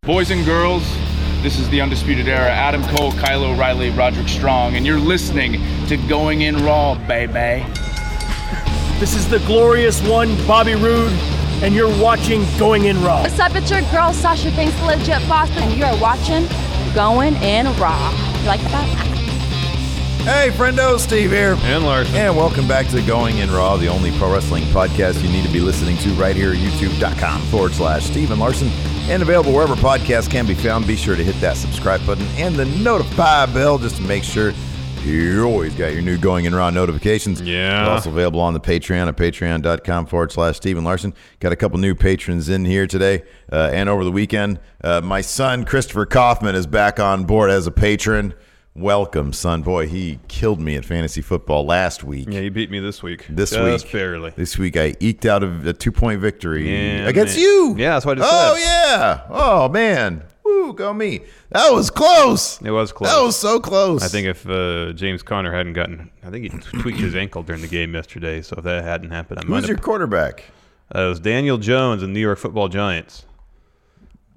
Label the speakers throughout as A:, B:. A: Boys and girls, this is the Undisputed Era. Adam Cole, Kylo Riley, Roderick Strong, and you're listening to Going In Raw, baby.
B: This is the glorious one, Bobby Roode, and you're watching Going In Raw.
C: What's up, it's your girl Sasha Banks, the legit boss, and you are watching Going in Raw. You like that?
D: Hey, friendo, Steve here.
E: And Larson.
D: And welcome back to Going In Raw, the only pro wrestling podcast you need to be listening to right here at youtube.com forward slash Steven Larson. And available wherever podcasts can be found. Be sure to hit that subscribe button and the notify bell just to make sure you always got your new Going In Raw notifications.
E: Yeah.
D: We're also available on the Patreon at patreon.com forward slash Steven Larson. Got a couple new patrons in here today uh, and over the weekend. Uh, my son, Christopher Kaufman, is back on board as a patron. Welcome, son. Boy, he killed me at fantasy football last week.
E: Yeah, you beat me this week.
D: This
E: Just
D: week,
E: barely.
D: This week, I eked out of a two-point victory
E: Yeah,
D: against
E: man.
D: you.
E: Yeah, that's what I just
D: oh
E: said.
D: yeah. Oh man. Woo, go me. That was close.
E: It was close.
D: That was so close.
E: I think if uh, James Conner hadn't gotten, I think he tweaked his ankle during the game yesterday. So if that hadn't happened, I might
D: Who's
E: have-
D: your quarterback?
E: Uh, it was Daniel Jones and New York Football Giants.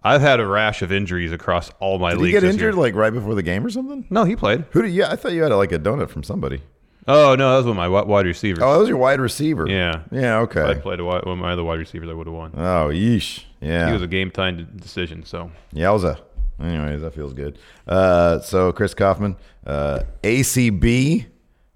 E: I've had a rash of injuries across all my
D: Did he
E: leagues.
D: get
E: this
D: injured
E: year.
D: like right before the game or something?
E: no, he played.
D: Who did? Yeah, I thought you had like a donut from somebody.
E: Oh no, that was one of my wi- wide receivers.
D: Oh, that was your wide receiver.
E: Yeah.
D: Yeah.
E: If I
D: Okay.
E: played a wi- one of my other wide receivers. I would have won.
D: Oh, yeesh. Yeah.
E: He was a game time de- decision. So
D: Yowza. Anyways, that feels good. Uh, so Chris Kaufman, uh, ACB,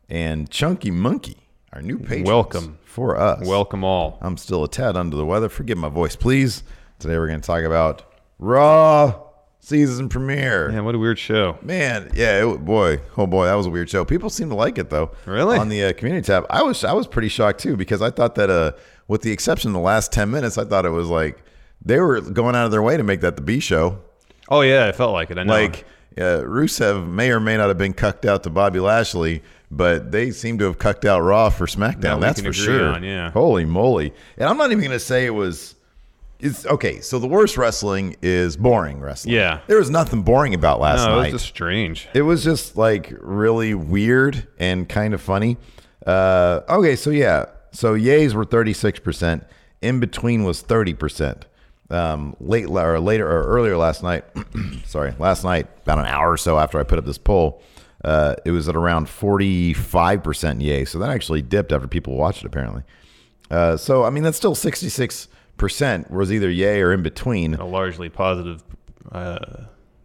D: and Chunky Monkey, our new patrons.
E: Welcome.
D: for us.
E: welcome all.
D: I'm still a tad under the weather. Forgive my voice, please. Today we're going to talk about Raw season premiere.
E: Man, what a weird show.
D: Man, yeah, it, boy, oh boy, that was a weird show. People seem to like it though.
E: Really?
D: On the uh, community tab, I was I was pretty shocked too because I thought that uh, with the exception of the last ten minutes, I thought it was like they were going out of their way to make that the B show.
E: Oh yeah, it felt like it. I know.
D: Like uh, Rusev may or may not have been cucked out to Bobby Lashley, but they seem to have cucked out Raw for
E: That
D: SmackDown.
E: we
D: That's
E: can
D: for
E: agree
D: sure.
E: on, yeah.
D: Holy moly! And I'm not even going to say it was. It's okay. So the worst wrestling is boring wrestling.
E: Yeah.
D: there was nothing boring about last
E: no,
D: night.
E: it was just strange.
D: It was just like really weird and kind of funny. Uh, okay, so yeah, so yays were thirty six percent. In between was thirty percent. Um, late or later or earlier last night, sorry, last night about an hour or so after I put up this poll, uh, it was at around forty five percent yay. So that actually dipped after people watched it apparently. Uh, so I mean that's still sixty six percent was either yay or in between.
E: A largely positive, uh,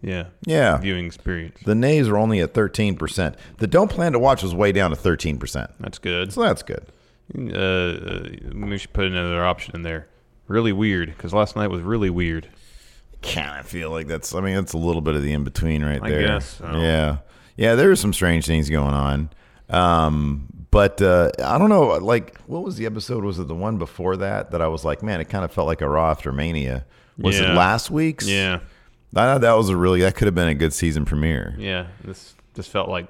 E: yeah,
D: Yeah.
E: viewing experience.
D: The nays were only at thirteen percent. The don't plan to watch was way down to thirteen percent.
E: That's good.
D: So that's good.
E: Uh, we should put another option in there. Really weird, because last night was really weird.
D: Kind of feel like that's. I mean, that's a little bit of the in between right
E: I
D: there.
E: guess so.
D: Yeah, yeah. There are some strange things going on. Um, but uh, I don't know. Like, what was the episode? Was it the one before that that I was like, man, it kind of felt like a Raw after Mania. Was it
E: Yeah.
D: last week's?
E: Yeah,
D: I thought that was a really that could have been a good season premiere.
E: yeah. This just felt like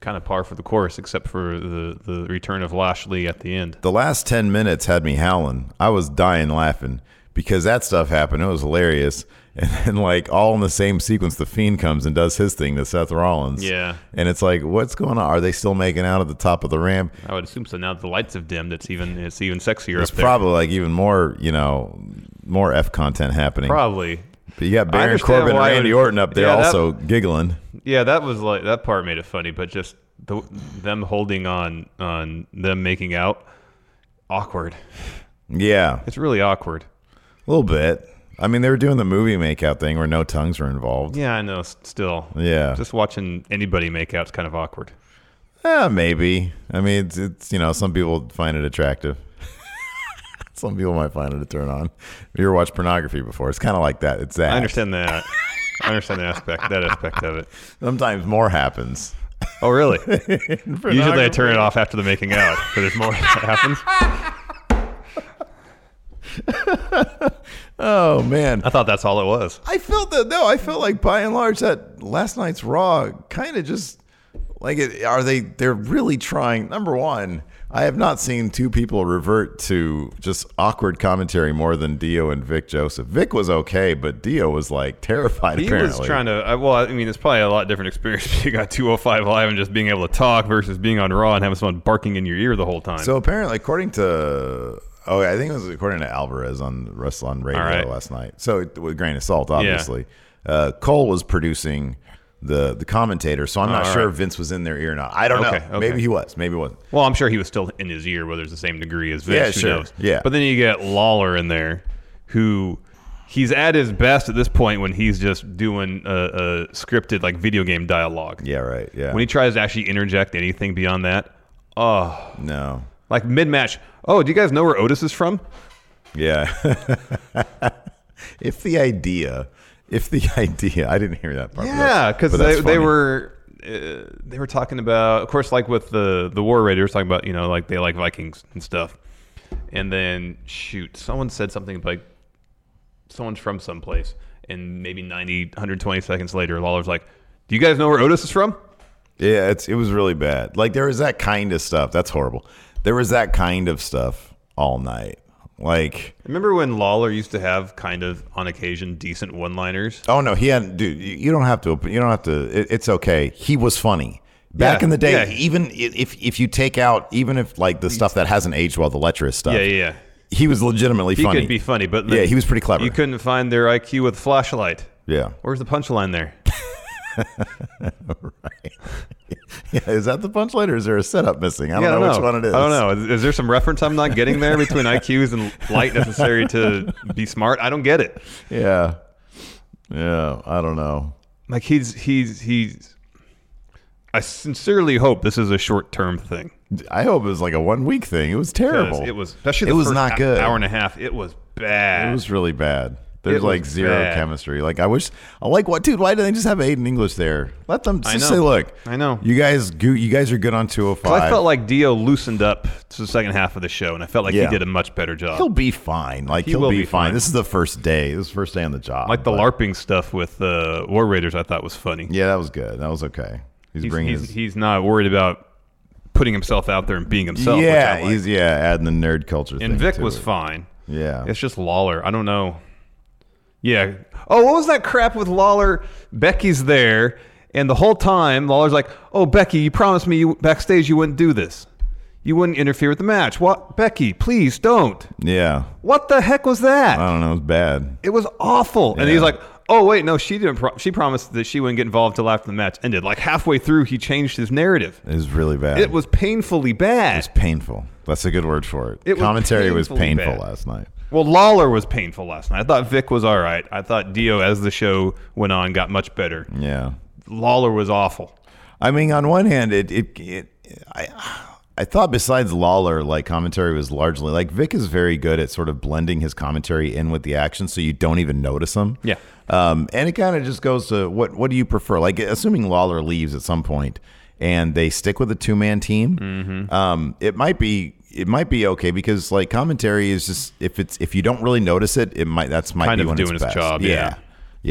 E: kind of par for the course, except for the the return of Lashley at the end.
D: The last 10 minutes had me howling. I was dying laughing because that stuff happened. It was hilarious. And then, like, all in the same sequence, The Fiend comes and does his thing to Seth Rollins.
E: Yeah.
D: And it's like, what's going on? Are they still making out at the top of the ramp?
E: I would assume so. Now that the lights have dimmed. It's even it's even sexier
D: There's
E: up there.
D: probably, like, even more, you know, more F content happening.
E: probably.
D: But you got
E: I
D: Baron
E: understand
D: Corbin and
E: why it
D: Randy
E: would-
D: Orton up there
E: Yeah, that-
D: also giggling.
E: Yeah, that was like that part made it funny, but just the, them holding on on them making out awkward.
D: Yeah.
E: It's really awkward.
D: A little bit. I mean, they were doing the movie makeout thing where no tongues were involved.
E: Yeah, I know. s- Still,
D: Yeah.
E: just watching anybody make out's kind of awkward.
D: Yeah, Eh, maybe. I mean, it's, it's you know, some people find it attractive. some people might find it a turn on. If you ever watched pornography before, it's kind of like that. It's that.
E: I understand that. I understand that aspect. That aspect of it.
D: Sometimes more happens.
E: Oh, really? Usually, I turn it off after the making out, but there's more that happens.
D: Oh man,
E: I thought that's all it was.
D: I felt that no, I felt like by and large that last night's Raw kind of just like it, are they they're really trying. Number one, I have not seen two people revert to just awkward commentary more than Dio and Vic Joseph. Vic was okay, but Dio was like terrified.
E: He
D: apparently,
E: was trying to. I- Well, I mean, it's probably a lot different experience being on 205 Live and just being able to talk versus being on Raw and having someone barking in your ear the whole time.
D: So apparently, according to oh, I think it was according to Alvarez on Wrestle on Radio
E: All right.
D: last night. So it, with a grain of salt, obviously. Uh, Cole was producing the the commentator, so I'm not
E: All
D: sure
E: right.
D: if Vince was in there ear or not. I don't
E: Okay,
D: know.
E: okay.
D: Maybe he was. Maybe he wasn't.
E: well, I'm sure he was still in his ear, whether it's the same degree as Vince.
D: Yeah,
E: who
D: sure.
E: knows?
D: Yeah.
E: But then you get Lawler in there, who he's at his best at this point when he's just doing a, a scripted like video game dialogue.
D: Yeah, right. Yeah.
E: When he tries to actually interject anything beyond that, oh,
D: no.
E: like mid match. Oh, do you guys know where Otis is from?
D: Yeah. if the idea, if the idea, I didn't hear that part. but
E: Yeah,
D: that's-
E: because
D: but that's
E: they, they
D: funny.
E: were uh, they were talking about, of course, like with the the War Raiders talking about, you know, like they like Vikings and stuff. And then shoot, someone said something like someone's from someplace, and maybe 90, 120 seconds later, Lawler's like, "Do you guys know where Otis is from?"
D: Yeah, it's it was really bad. Like there was that kind of stuff. That's horrible. There was that kind of stuff all night. Like.
E: Remember when Lawler used to have kind of on occasion decent one liners?
D: Oh no, he hadn't. Dude, you you don't have to. You don't have to. It, it's okay. He was funny back
E: Yeah,
D: in the day.
E: yeah.
D: Even i- if if you take out, even if like the stuff that hasn't aged well, the lecherous stuff.
E: Yeah, yeah, yeah.
D: He was legitimately
E: He
D: funny.
E: could be funny, but
D: Yeah, he was pretty clever.
E: You couldn't find their IQ with flashlight.
D: Yeah.
E: Where's the punchline there?
D: yeah. Is that the punchline or is there a setup missing? I don't, know, which one it is.
E: I don't know. Is, is there some reference I'm not getting there between IQs and light necessary to be smart? I don't get it.
D: Yeah. Yeah. I don't know.
E: Like he's he's he's. I sincerely hope this is a short term thing.
D: I hope it was like a one week thing. It was
E: 'Cause
D: terrible.
E: It was especially
D: It
E: the
D: was
E: first
D: not
E: hou-
D: good.
E: Hour and a half. It was bad.
D: It was really bad. There's
E: was
D: like zero
E: bad.
D: chemistry. Like I wish, I like what, dude? Why do they just have Aiden English there? Let them
E: I
D: just
E: know.
D: say, look,
E: I know.
D: you guys, go, you guys are good on 205.
E: I felt like Dio loosened up to the second half of the show, and I felt like
D: Yeah.
E: he did a much better job.
D: he'll be fine. Like
E: He
D: he'll
E: will
D: be,
E: be
D: fine.
E: fine.
D: This is the first day. This is the first day on the job.
E: like the
D: but-
E: LARPing stuff with uh, War Raiders, I thought was funny.
D: Yeah, that was good. That was okay. He's,
E: He's,
D: bringing
E: he's,
D: his.
E: he's not worried about putting himself out there and being himself. which I
D: yeah,
E: like.
D: he's yeah adding the nerd culture. thing
E: and Vic
D: to
E: was
D: it.
E: fine.
D: Yeah.
E: It's just Lawler. I don't know. Yeah. Oh, what was that crap with Lawler? Becky's there, and the whole time Lawler's like, "Oh, Becky, you promised me you, backstage you wouldn't do this. You wouldn't interfere with the match. What, Becky? Please don't.
D: Yeah,
E: What the heck was that?
D: I don't know. It was bad.
E: It was awful." And
D: Yeah.
E: he's like, "Oh, wait, no, she didn't. Pro- she promised that she wouldn't get involved till after the match ended. Like halfway through, he changed his narrative.
D: It was really bad.
E: It was painfully bad.
D: It's painful. That's a good word for it.
E: It was
D: Commentary was
E: painfully
D: painful
E: bad.
D: last night.
E: Well, Lawler was painful last night. I thought Vic was all right. I thought Dio, as the show went on, got much better.
D: Yeah.
E: Lawler was awful.
D: I mean, on one hand, it it, it I I thought besides Lawler, like commentary was largely like Vic is very good at sort of blending his commentary in with the action, so you don't even notice him.
E: Yeah.
D: Um, and it kind of just goes to what what do you prefer? Like assuming Lawler leaves at some point and they stick with a two man team,
E: Mm-hmm.
D: um, it might be. It might be okay because like commentary is just if it's if you don't really notice it, it might that's might
E: Kind
D: be
E: of
D: when
E: doing
D: it's best.
E: its job, yeah.
D: yeah.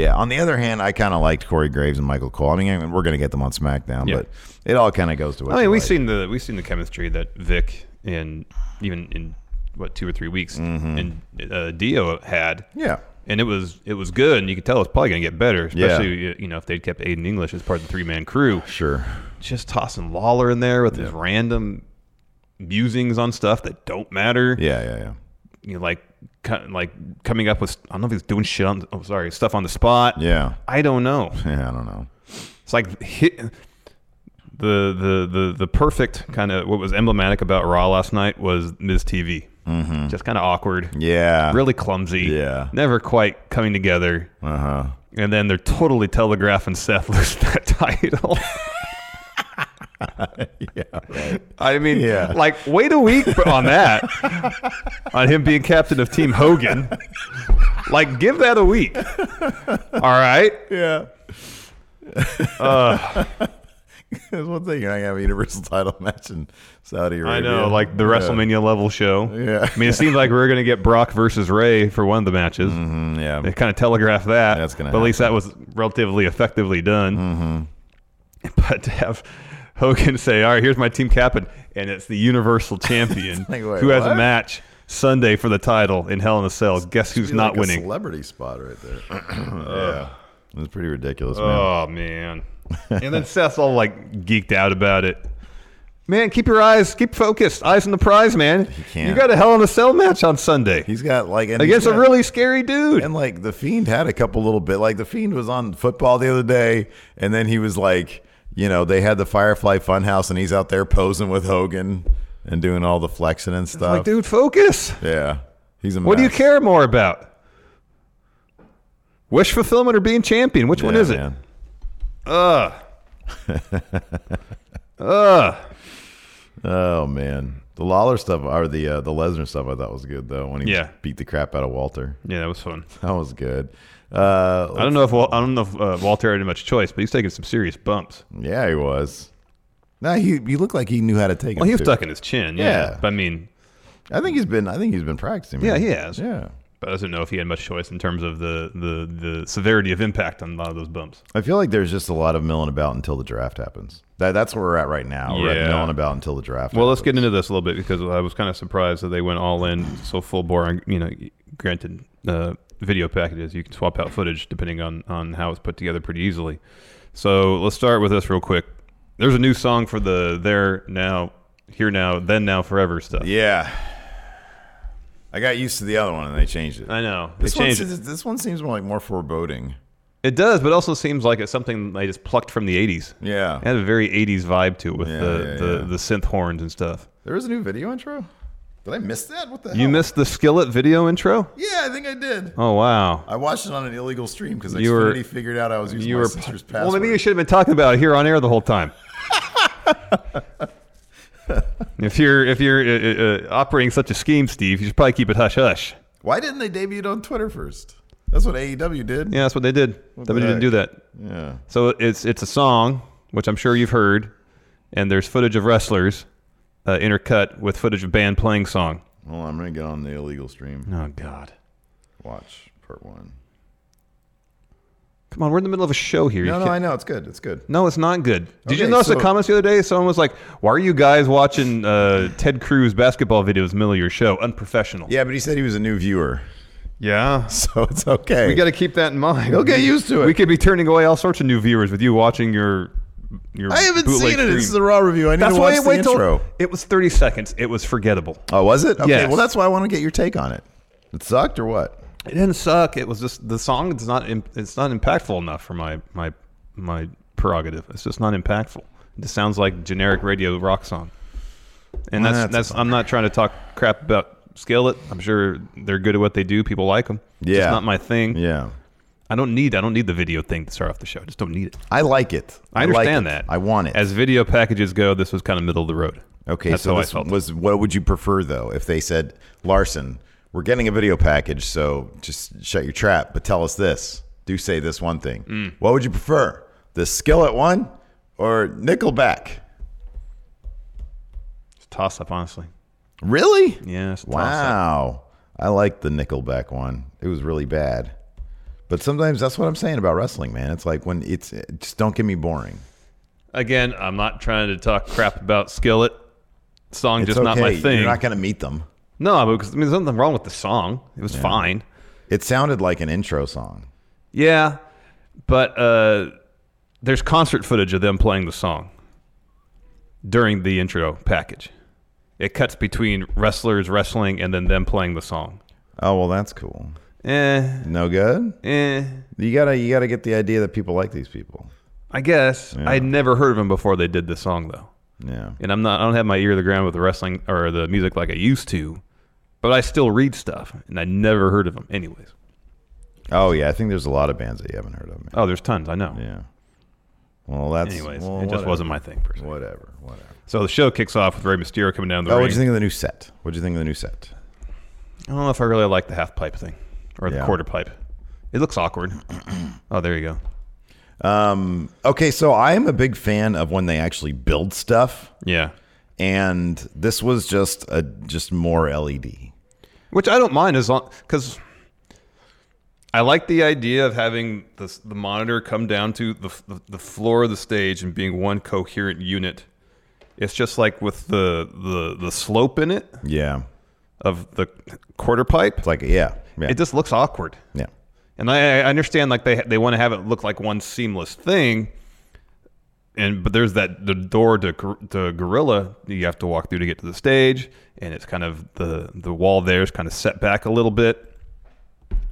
D: Yeah. On the other hand, I kind of liked Corey Graves and Michael Cole. I mean, I- we're going to get them on SmackDown,
E: Yeah.
D: but it all kind of goes to what
E: I mean,
D: you
E: we've
D: like.
E: seen the we've seen the chemistry that Vic and even in what two or three weeks and uh, Dio had.
D: Mm-hmm. Yeah.
E: and it was it was good, and you could tell it's probably gonna get better,
D: Yeah.
E: especially uh you know if they'd kept Aiden English as part of the three man crew.
D: Sure.
E: Just tossing Lawler in there with his random musings on stuff that don't matter.
D: Yeah, yeah, yeah.
E: you know, like co- like coming up with I don't know if he's doing shit on oh sorry stuff on the spot.
D: Yeah.
E: I don't know.
D: Yeah, I don't know.
E: It's like hit, the the the the perfect kind of what was emblematic about Raw last night was Ms. TV. Mm-hmm. Just kind of awkward.
D: Yeah.
E: Really clumsy.
D: Yeah.
E: Never quite coming together.
D: Uh huh.
E: And then they're totally telegraphing Seth losing that title.
D: Yeah. Right.
E: I mean,
D: Yeah.
E: like wait a week on that, on him being captain of Team Hogan. Like, give that a week. All right.
D: Yeah. There's one thing you're not gonna have a universal title match in Saudi Arabia.
E: I know, like the
D: Yeah.
E: WrestleMania level show.
D: Yeah.
E: I mean, it seemed like we were going to get Brock versus Ray for one of the matches.
D: Mm, yeah.
E: They kind of telegraphed that.
D: That's gonna
E: But at least that was relatively effectively done.
D: Mm-hmm.
E: But to have Hogan say, "All right, here's my team captain," and it's the Universal Champion
D: like, wait,
E: who has
D: what?
E: a match Sunday for the title in Hell in a Cell. Guess who's
D: Be
E: not
D: like a
E: winning?
D: celebrity spot right there. yeah, it's pretty ridiculous, man.
E: Oh man! and then Seth's all like geeked out about it. Man, keep your eyes, keep focused, eyes on the prize, man.
D: can't.
E: You got a Hell in a Cell match on Sunday
D: He's got like and
E: against
D: he's
E: a
D: got-
E: really scary dude.
D: and like the fiend had a couple little bit. Like the fiend was on football the other day, and then he was like, you know, they had the Firefly Funhouse, and he's out there posing with Hogan and doing all the flexing and stuff.
E: like, dude, focus.
D: yeah, he's a.
E: What do you
D: mess.
E: care more about? Wish fulfillment or being champion? Which one
D: Yeah,
E: is it?
D: man.
E: Ugh.
D: Oh man, the Lawler stuff or the uh, the Lesnar stuff I thought was good though when he
E: Yeah.
D: beat the crap out of Walter.
E: Yeah, that was fun.
D: That was good. Uh,
E: I don't know if Wal- I don't know if uh, Walter had much choice, but he's taking some serious bumps.
D: Yeah, he was. No, he he looked like he knew how to take it.
E: Well, he was tucking his chin. Yeah,
D: Yeah.
E: but I mean,
D: I think he's been. I think he's been practicing. man.
E: Yeah, he has.
D: Yeah.
E: but I don't know if he had much choice in terms of the the the severity of impact on a lot of those bumps.
D: I feel like there's just a lot of milling about until the draft happens. That that's where we're at right now. We're at
E: Yeah.
D: milling about until the draft.
E: Well, let's
D: happens.
E: get into this a little bit because I was kind of surprised that they went all in so full bore. And, you know, granted, uh, video packages you can swap out footage depending on on how it's put together pretty easily. So let's start with this real quick. There's a new song for the there now, here now, then now, forever stuff.
D: Yeah. I got used to the other one and they changed it.
E: I know they
D: This one,
E: changed it.
D: seems, this one seems more like more foreboding.
E: It does, but also seems like it's something they just plucked from the '80s.
D: Yeah.
E: It had a very '80s vibe to it with
D: Yeah,
E: the,
D: yeah,
E: the
D: yeah.
E: the synth horns and stuff.
D: There is a new video intro. Did I miss that? What the hell?
E: You missed the Skillet video intro.
D: Yeah, I think I did.
E: Oh wow!
D: I watched it on an illegal stream because
E: You were-
D: Xfinity figured out I was using my sister's password.
E: Well, maybe you should have been talking about it here on air the whole time. if you're if you're uh, uh, uh, operating such a scheme, Steve, you should probably keep it hush hush.
D: Why didn't they debut it on Twitter first? That's what AEW did.
E: Yeah, that's what they did.
D: the
E: WWE didn't
D: heck?
E: do that.
D: Yeah.
E: So it's it's a song which I'm sure you've heard, and there's footage of wrestlers uh, intercut with footage of band playing song.
D: Well, I'm gonna get on the illegal stream.
E: Oh God!
D: Watch part one.
E: Come on, we're in the middle of a show here. You
D: No, no,
E: can't-
D: I know it's good. It's good.
E: No, it's not good. Did you
D: Okay,
E: notice
D: so-
E: the comments the other day? Someone was like, "Why are you guys watching uh, Ted Cruz basketball videos in the middle of your show? Unprofessional."
D: Yeah, but he said he was a new viewer,
E: yeah.
D: so it's okay.
E: We got to keep that in mind.
D: He'll get used to it.
E: We could be turning away all sorts of new viewers with you watching your your.
D: I haven't
E: bootleg
D: seen it.
E: stream.
D: This is the raw review. I need
E: that's
D: to
E: why
D: watch
E: I
D: the
E: wait
D: intro.
E: till it was thirty seconds. It was forgettable.
D: Oh, was it? Okay.
E: Yes.
D: Well, that's why I want to get your take on it. It sucked or what?
E: It didn't suck. It was just the song. It's not. im- It's not impactful enough for my my my prerogative. It's just not impactful. It just sounds like generic radio rock song. And
D: Well,
E: that's
D: that's a
E: that's. I'm not trying to talk crap about Skillet. I'm sure they're good at what they do. People like them. It's
D: Yeah.
E: just not my thing.
D: Yeah.
E: I don't need. I don't need the video thing to start off the show. I just don't need it.
D: I like it.
E: I
D: like
E: understand
D: it.
E: that.
D: I want it.
E: As video packages go, this was kind of middle of the road.
D: Okay,
E: That's
D: so
E: how
D: this
E: I felt.
D: was what would you prefer though if they said Larson, we're getting a video package, so just shut your trap, but tell us this. Do say this one thing.
E: Mm.
D: What would you prefer? The skillet one or Nickelback?
E: It's a toss up, honestly.
D: Really?
E: Yeah. It's a Toss-up.
D: Wow. I like the Nickelback one. It was really bad. But sometimes that's what I'm saying about wrestling, man. It's like when it's just don't get me boring.
E: Again, I'm not trying to talk crap about Skillet. Song
D: It's
E: just not my
D: okay.
E: thing.
D: You're not going to meet them.
E: No, because I mean, there's nothing wrong with the song. It was fine.
D: It sounded like an intro song.
E: Yeah, but uh, there's concert footage of them playing the song during the intro package. It cuts between wrestlers wrestling and then them playing the song.
D: Oh, well, that's cool.
E: Eh,
D: No good?
E: eh.
D: You gotta you gotta get the idea that people like these people.
E: I guess I'd never heard of them before they did this song though,
D: Yeah.
E: and I'm not. I don't have my ear to the ground with the wrestling or the music like I used to, but I still read stuff, and I never heard of them. Anyways,
D: Oh yeah, I think there's a lot of bands that you haven't heard of. Man.
E: oh, there's tons. I know.
D: Yeah. Well, that's
E: Anyways,
D: well,
E: it just
D: whatever.
E: wasn't my thing. Personally.
D: Whatever, whatever.
E: So the show kicks off with Rey Mysterio coming down the
D: Oh,
E: ring.
D: what'd you think of the new set? What'd you think of the new set?
E: I don't know if I really like the half pipe thing or
D: Yeah.
E: the quarter pipe. It looks awkward. oh, there you go.
D: Um, okay, so I am a big fan of when they actually build stuff,
E: Yeah.
D: and this was just a just more E LED.
E: which I don't mind as long because I like the idea of having the s- the monitor come down to the, f- the the floor of the stage and being one coherent unit. It's just like with the the the slope in it
D: Yeah,
E: of the quarter pipe.
D: it's like yeah, yeah,
E: It just looks awkward.
D: yeah,
E: And I, I understand like they they want to have it look like one seamless thing. And but there's that the door to gor- to gorilla that you have to walk through to get to the stage, and it's kind of the the wall there is kind of set back a little bit.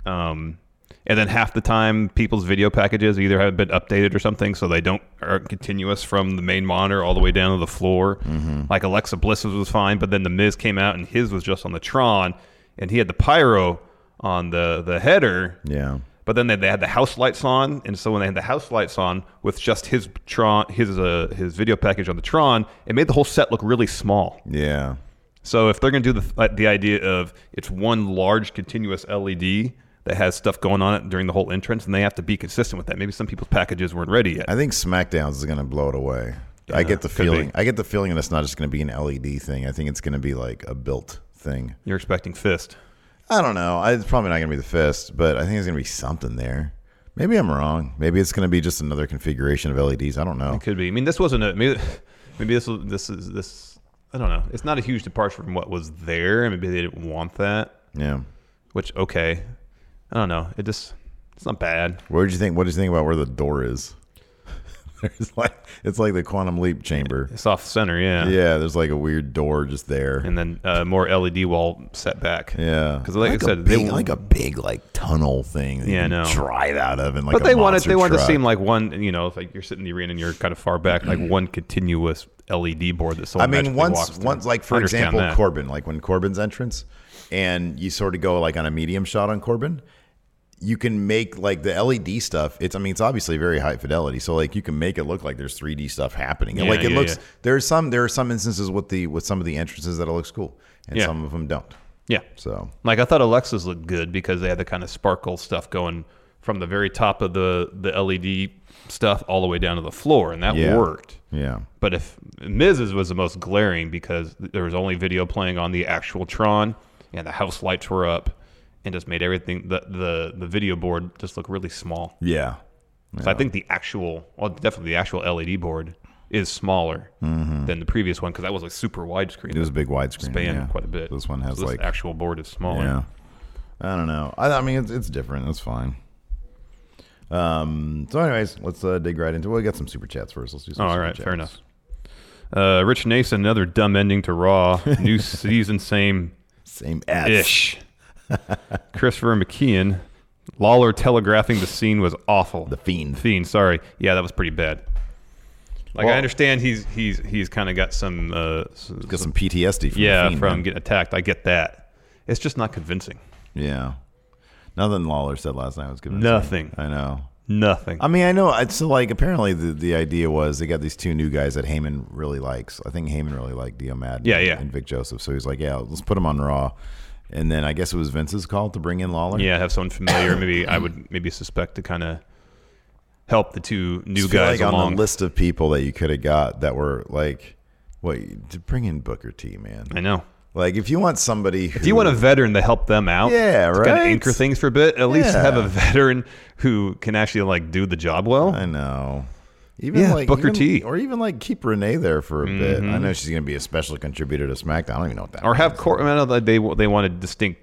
E: Um, and then half the time people's video packages either haven't been updated or something, so they don't aren't continuous from the main monitor all the way down to the floor. Like Alexa Bliss's was fine, but then the Miz came out and his was just on the Tron, and he had the pyro on the the header,
D: yeah.
E: but then they, they had the house lights on, and so when they had the house lights on with just his Tron, his uh, his video package on the Tron, it made the whole set look really small.
D: yeah.
E: So if they're going to do the like, the idea of it's one large continuous LED that has stuff going on it during the whole entrance, and they have to be consistent with that. Maybe some people's packages weren't ready yet.
D: I think SmackDown's is going to blow it away. I get the
E: could be.
D: feeling. I get the feeling that it's not just going to be an LED thing. I think it's going to be like a built thing.
E: You're expecting fist.
D: I don't know. I- It's probably not going to be the fist, but I think there's going to be something there. Maybe I'm wrong. Maybe it's going to be just another configuration of LEDs. I don't know.
E: Could be. I mean, this wasn't a maybe. Maybe this was- this is this. I don't know. It's not a huge departure from what was there, and maybe they didn't want that.
D: Yeah.
E: Which okay, I don't know. It just it's not bad.
D: Where did you think? What did you think about where the door is? there's like it's like the quantum leap chamber.
E: It's off center, yeah.
D: Yeah. There's like a weird door just there.
E: And then uh, more LED wall set back.
D: yeah.
E: Because like,
D: a
E: I said,
D: big,
E: they
D: like a big like tunnel thing. That
E: Yeah, I
D: you can
E: know.
D: Drive out of and like.
E: but
D: a
E: they wanted
D: monster
E: they wanted to
D: truck.
E: seem like one. You know, if like you're sitting in the arena and you're kind of far back, like one continuous LED board that
D: I
E: someone.
D: mean,
E: magically walks
D: once,
E: through.
D: once, like
E: I
D: for
E: understand
D: example,
E: that.
D: Corbin, like when Corbin's entrance, and you sort of go like on a medium shot on Corbin, you can make like the LED stuff. It's, I mean, it's obviously very high fidelity, so like you can make it look like there's 3D stuff happening. And
E: Yeah,
D: like it
E: yeah,
D: looks,
E: yeah.
D: there are some, there are some instances with the with some of the entrances that it looks cool, and
E: Yeah.
D: some of them don't.
E: yeah.
D: So
E: Like I thought Alexa's looked good because they had the kind of sparkle stuff going from the very top of the the LED stuff all the way down to the floor, and that
D: Yeah.
E: worked.
D: yeah,
E: But if Miz's was the most glaring because there was only video playing on the actual Tron and the house lights were up and just made everything the the, the video board just look really small.
D: yeah,
E: So I think the actual well definitely the actual LED board is smaller than the previous one because that was like super widescreen.
D: Mm-hmm. it was a big widescreen,
E: span
D: yeah.
E: quite a bit.
D: This one has
E: So
D: like,
E: actual board is smaller.
D: yeah, I don't know. I, I mean, it's, it's different. That's fine. Um. So, anyways, let's uh, dig right into. Well, we got some super chats first. Let's do some.
E: Oh, all
D: super
E: right,
D: chats.
E: fair enough. Uh, Rich Nason, another dumb ending to Raw. New season, same
D: Same ass.
E: ish. Christopher McKeon, Lawler telegraphing the scene was awful.
D: The Fiend.
E: Fiend, sorry. Yeah, that was pretty bad. Like
D: Well-
E: I understand he's he's he's kind of got some uh, s-
D: Got some PTSD from
E: yeah
D: the Fiend,
E: from
D: man.
E: getting attacked. I get that. It's just not convincing.
D: yeah. Nothing Lawler said last night was good.
E: Nothing.
D: I know.
E: Nothing.
D: I mean, I know. It's so like apparently the, the idea was they got these two new guys that Heyman really likes. I think Heyman really liked Dio Madden.
E: Yeah, yeah.
D: And Vic Joseph. So he's like, yeah, let's put him on Raw. And then I guess it was Vince's call to bring in Lawler.
E: yeah, have someone familiar. Maybe I would maybe suspect to kind of help the two new
D: Just feel
E: guys
D: like
E: along.
D: on the list of people that you could have got that were like, wait, to bring in Booker T, man.
E: I know.
D: Like if you want somebody, who,
E: If you want a veteran to help them out,
D: Yeah,
E: to Kind of
D: right?
E: anchor things for a bit. At least
D: Yeah.
E: have a veteran who can actually like do the job well.
D: I know. Even
E: Yeah,
D: like
E: Booker
D: even-
E: T. Mm-hmm.
D: or even like keep Renee there for a bit. I know she's going to be a special contributor to SmackDown. I don't even know what that.
E: or have
D: means.
E: Cor- I know that they they wanted distinct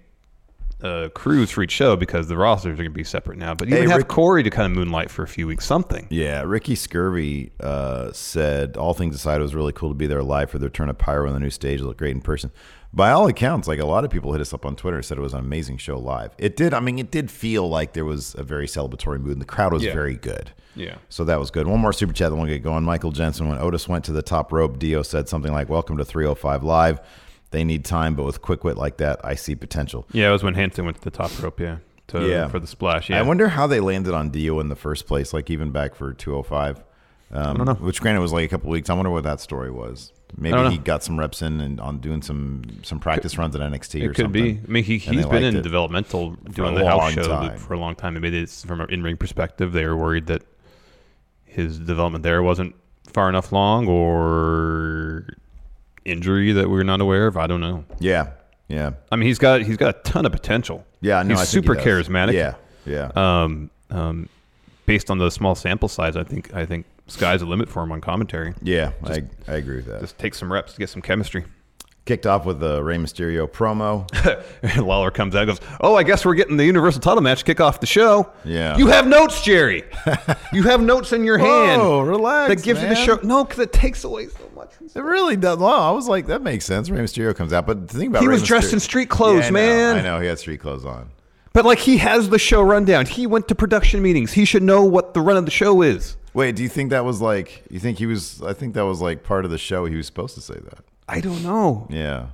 E: uh, crews for each show because the rosters are going to be separate now. But even
D: Hey,
E: have
D: Rick-
E: Corey to kind of moonlight for a few weeks, something.
D: Yeah, Ricky Scurvy uh, said all things aside, it was really cool to be there live for the return of Pyro on the new stage. It looked great in person. By all accounts, like a lot of people hit us up on Twitter, said it was an amazing show live. It did. I mean, it did feel like there was a very celebratory mood, and the crowd was
E: Yeah.
D: very good.
E: Yeah.
D: So that was good. One more super chat, then we'll get going. Michael Jensen, when Otis went to the top rope, Dio said something like, Welcome to 305 Live. They need time, but with quick wit like that, I see potential.
E: Yeah, it was when Hanson went to the top rope. Yeah, to,
D: Yeah.
E: for the splash. Yeah,
D: I wonder how they landed on Dio in the first place, like even back for 205. Um, I don't know. Which granted was like a couple weeks. I wonder what that story was. Maybe
E: don't know.
D: he got some reps in and on doing some some practice runs at NXT or
E: It could
D: something.
E: be. I mean, he,
D: And
E: he's
D: they
E: been
D: liked
E: in
D: it.
E: developmental doing
D: a
E: the
D: long
E: house show
D: time.
E: for a long time. Maybe it's from an in ring perspective. They were worried that his development there wasn't far enough long or injury that we are not aware of. I don't know.
D: Yeah. Yeah.
E: I mean, he's got he's got a ton of potential.
D: Yeah. No,
E: he's
D: I think he
E: super
D: does.
E: charismatic.
D: Yeah. Yeah.
E: Um, um, based on the small sample size, I think I think sky's the limit for him on commentary.
D: yeah. I, I agree with that.
E: Just take some reps to get some chemistry.
D: Kicked off with the Rey Mysterio promo.
E: Lawler comes out and goes, Oh, I guess we're getting the Universal title match kick off the show.
D: Yeah.
E: You have notes, Jerry. you have notes in your hand.
D: Whoa, relax,
E: That gives you the
D: man.
E: show. No, because it takes away so much.
D: It really does. Well, I was like, that makes sense. Rey Mysterio comes out, but the thing about
E: He
D: Rey
E: was dressed
D: Mysterio-
E: in street clothes,
D: Yeah, I know,
E: man.
D: I know he had street clothes on.
E: But, like, he has the show rundown. He went to production meetings. He should know what the run of the show is.
D: Wait, do you think that was like? You think he was? I think that was like part of the show. He was supposed to say that.
E: I don't know.
D: Yeah.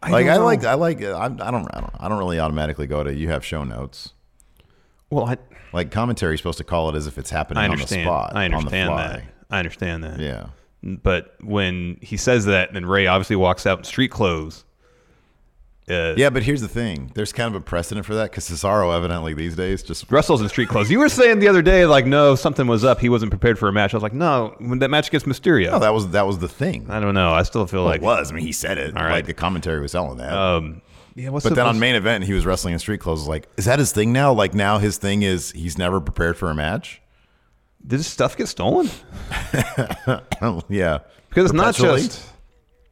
E: I
D: like
E: don't
D: I
E: know.
D: like I like I'm- I don't I don't I don't really automatically go to you have show notes.
E: Well, I,
D: Like commentary is supposed to call it as if it's happening
E: I
D: on the
E: understand.
D: spot.
E: I understand
D: on the
E: that.
D: fly.
E: I understand that.
D: Yeah.
E: But when he says that, then Ray obviously walks out in street clothes. Uh,
D: Yeah, but here's the thing. There's kind of a precedent for that because Cesaro evidently these days just
E: Russell's in street clothes. You were saying the other day, like, no, something was up. He wasn't prepared for a match. I was like, no, when Oh, that match gets Mysterio.
D: no, that was that was the thing.
E: I don't know. I still feel like
D: it was. I mean, he said it.
E: All right.
D: Like the commentary was selling that.
E: Um, yeah, what's
D: but
E: the-
D: then on
E: what's-
D: main event, he was wrestling in street clothes. Like, is that his thing now? Like now his thing is he's never prepared for a match.
E: did his stuff get stolen?
D: Oh, yeah,
E: Because it's not
D: Perpetually?
E: just-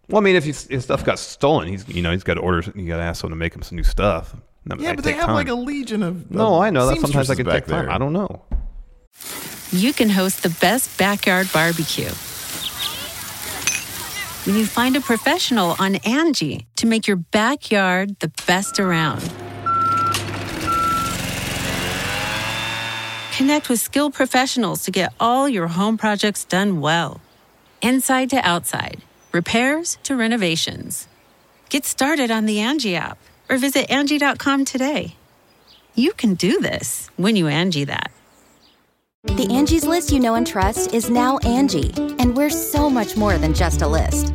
E: Well, I mean, if his, his stuff got stolen, he's you know he's got to order, you got to ask someone to make him some new stuff. That
D: yeah,
E: might
D: but they
E: take
D: have
E: time.
D: like a legion of
E: no,
D: of
E: I know that sometimes I
D: seamstresses
E: can
D: back
E: take time.
D: there.
E: I don't know.
F: you can host the best backyard barbecue. When you find a professional on Angie to make your backyard the best around. Connect with skilled professionals to get all your home projects done well. Inside to outside, repairs to renovations. Get started on the Angie app or visit Angie.com today. You can do this when you Angie that.
G: The Angie's list you know and trust is now Angie, and we're so much more than just a list.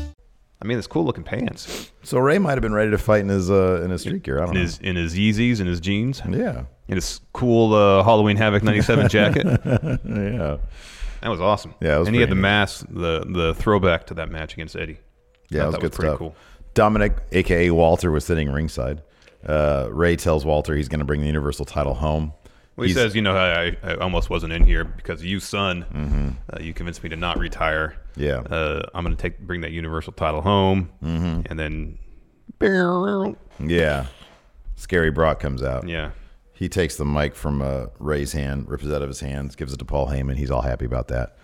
E: I mean, it's cool looking pants
D: So Ray might have been ready to fight in his uh, in his street gear. I don't
E: in his in his Yeezys and his jeans
D: know. Yeah,
E: and his cool uh, Halloween Havoc '97 jacket.
D: yeah,
E: That was awesome.
D: Yeah, it was
E: and he had the
D: pretty neat.
E: mask, the the throwback to that match against Eddie.
D: yeah.
E: Thought
D: That was
E: that
D: good
E: was pretty
D: stuff.
E: cool.
D: Dominic, aka Walter, was sitting ringside. Uh, Ray tells Walter he's going to bring the Universal title home.
E: Well, he
D: He's-
E: says, you know, I, I almost wasn't in here because you, son, uh, you convinced me to not retire.
D: Mm-hmm. Yeah.
E: uh, I'm going to take bring that Universal title home,
D: Mm-hmm.
E: and then, yeah,
D: "Yeah." Scary Brock comes out. He takes the mic from uh, Ray's hand, rips it out of his hands, gives it to Paul Heyman. He's all happy about that.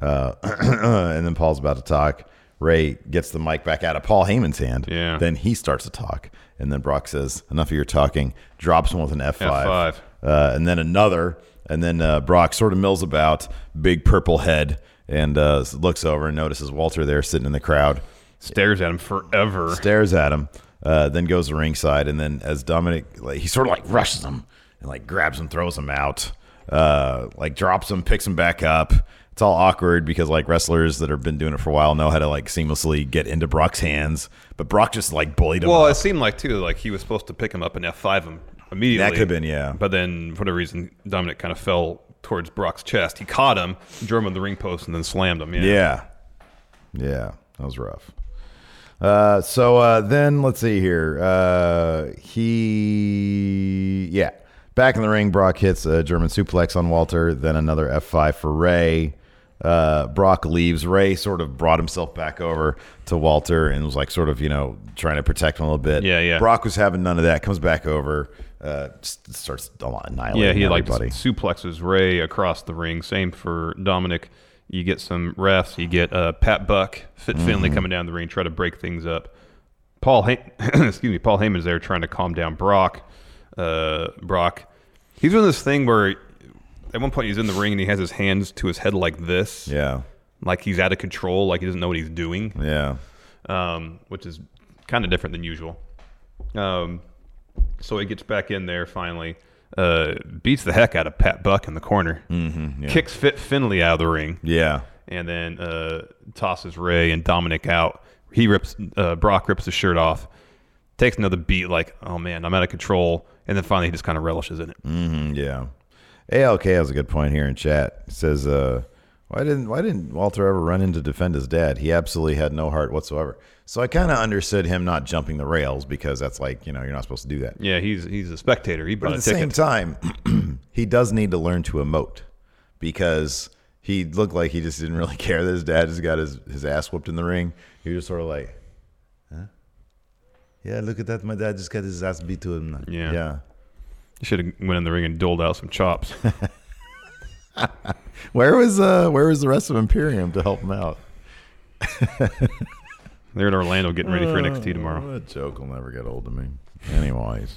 D: Uh, and then Paul's about to talk. Ray gets the mic back out of Paul Heyman's hand.
E: Yeah.
D: Then he starts to talk. And then Brock says, Enough of your talking. Drops one with an F5.
E: F5.
D: Uh, and then another. And then uh, Brock sort of mills about, big purple head, and uh, looks over and notices Walter there sitting in the crowd
E: stares at him forever.
D: stares at him, uh, then goes to ringside, and then as Dominic, like, he sort of like rushes him and like grabs him, throws him out, uh, like drops him, picks him back up. It's all awkward because like wrestlers that have been doing it for a while know how to like seamlessly get into Brock's hands, but Brock just like bullied him.
E: well,
D: up.
E: it seemed like too, like he was supposed to pick him up and F5 him immediately.
D: That could have been, yeah.
E: But then, for whatever reason, Dominic kind of fell towards Brock's chest. He caught him, drew him on the ring post, and then slammed him.
D: yeah, yeah, that was rough. Uh, so uh, then let's see here. Uh, he, yeah, back in the ring, Brock hits a German suplex on Walter, then another F5 for Ray. Uh, Brock leaves. Ray sort of brought himself back over to Walter and was like, sort of, you know, trying to protect him a little bit.
E: Yeah, yeah.
D: Brock was having none of that. Comes back over, uh, just starts annihilating.
E: Yeah, he like
D: everybody.
E: suplexes Ray across the ring. Same for Dominic. You get some refs. You get uh, Pat Buck, Fit Finley
D: Mm-hmm.
E: coming down the ring, try to break things up. Paul, Hey excuse me, Paul Heyman's there trying to calm down Brock. Uh, Brock, he's doing this thing where at one point he's in the ring and he has his hands to his head like this,
D: yeah,
E: like he's out of control, like he doesn't know what he's doing.
D: yeah.
E: um, which is kind of different than usual. Um, so he gets back in there finally, uh, beats the heck out of Pat Buck in the corner, mm-hmm, kicks Fit Finley out of the ring,
D: Yeah.
E: and then uh, tosses Ray and Dominic out. He rips uh, Brock rips his shirt off, takes another beat like, oh man, I'm out of control, and then finally he just kind of relishes in it.
D: Mm, yeah. ALK has a good point here in chat. It says, uh, why didn't why didn't Walter ever run in to defend his dad? He absolutely had no heart whatsoever. So I kind of understood him not jumping the rails because that's like you know you're not supposed to do that.
E: Yeah, he's he's a spectator. He
D: But
E: brought
D: at the
E: a ticket.
D: same time, he does need to learn to emote because he looked like he just didn't really care that his dad just got his, his ass whooped in the ring. He was sort of like, huh? Yeah, look at that. My dad just got his ass beat to him.
E: Yeah.
D: Yeah.
E: He should have went in the ring and doled out some chops.
D: Where was uh where was the rest of Imperium to help him out?
E: They're in Orlando getting ready for NXT tomorrow.
D: That joke will never get old to me. Anyways,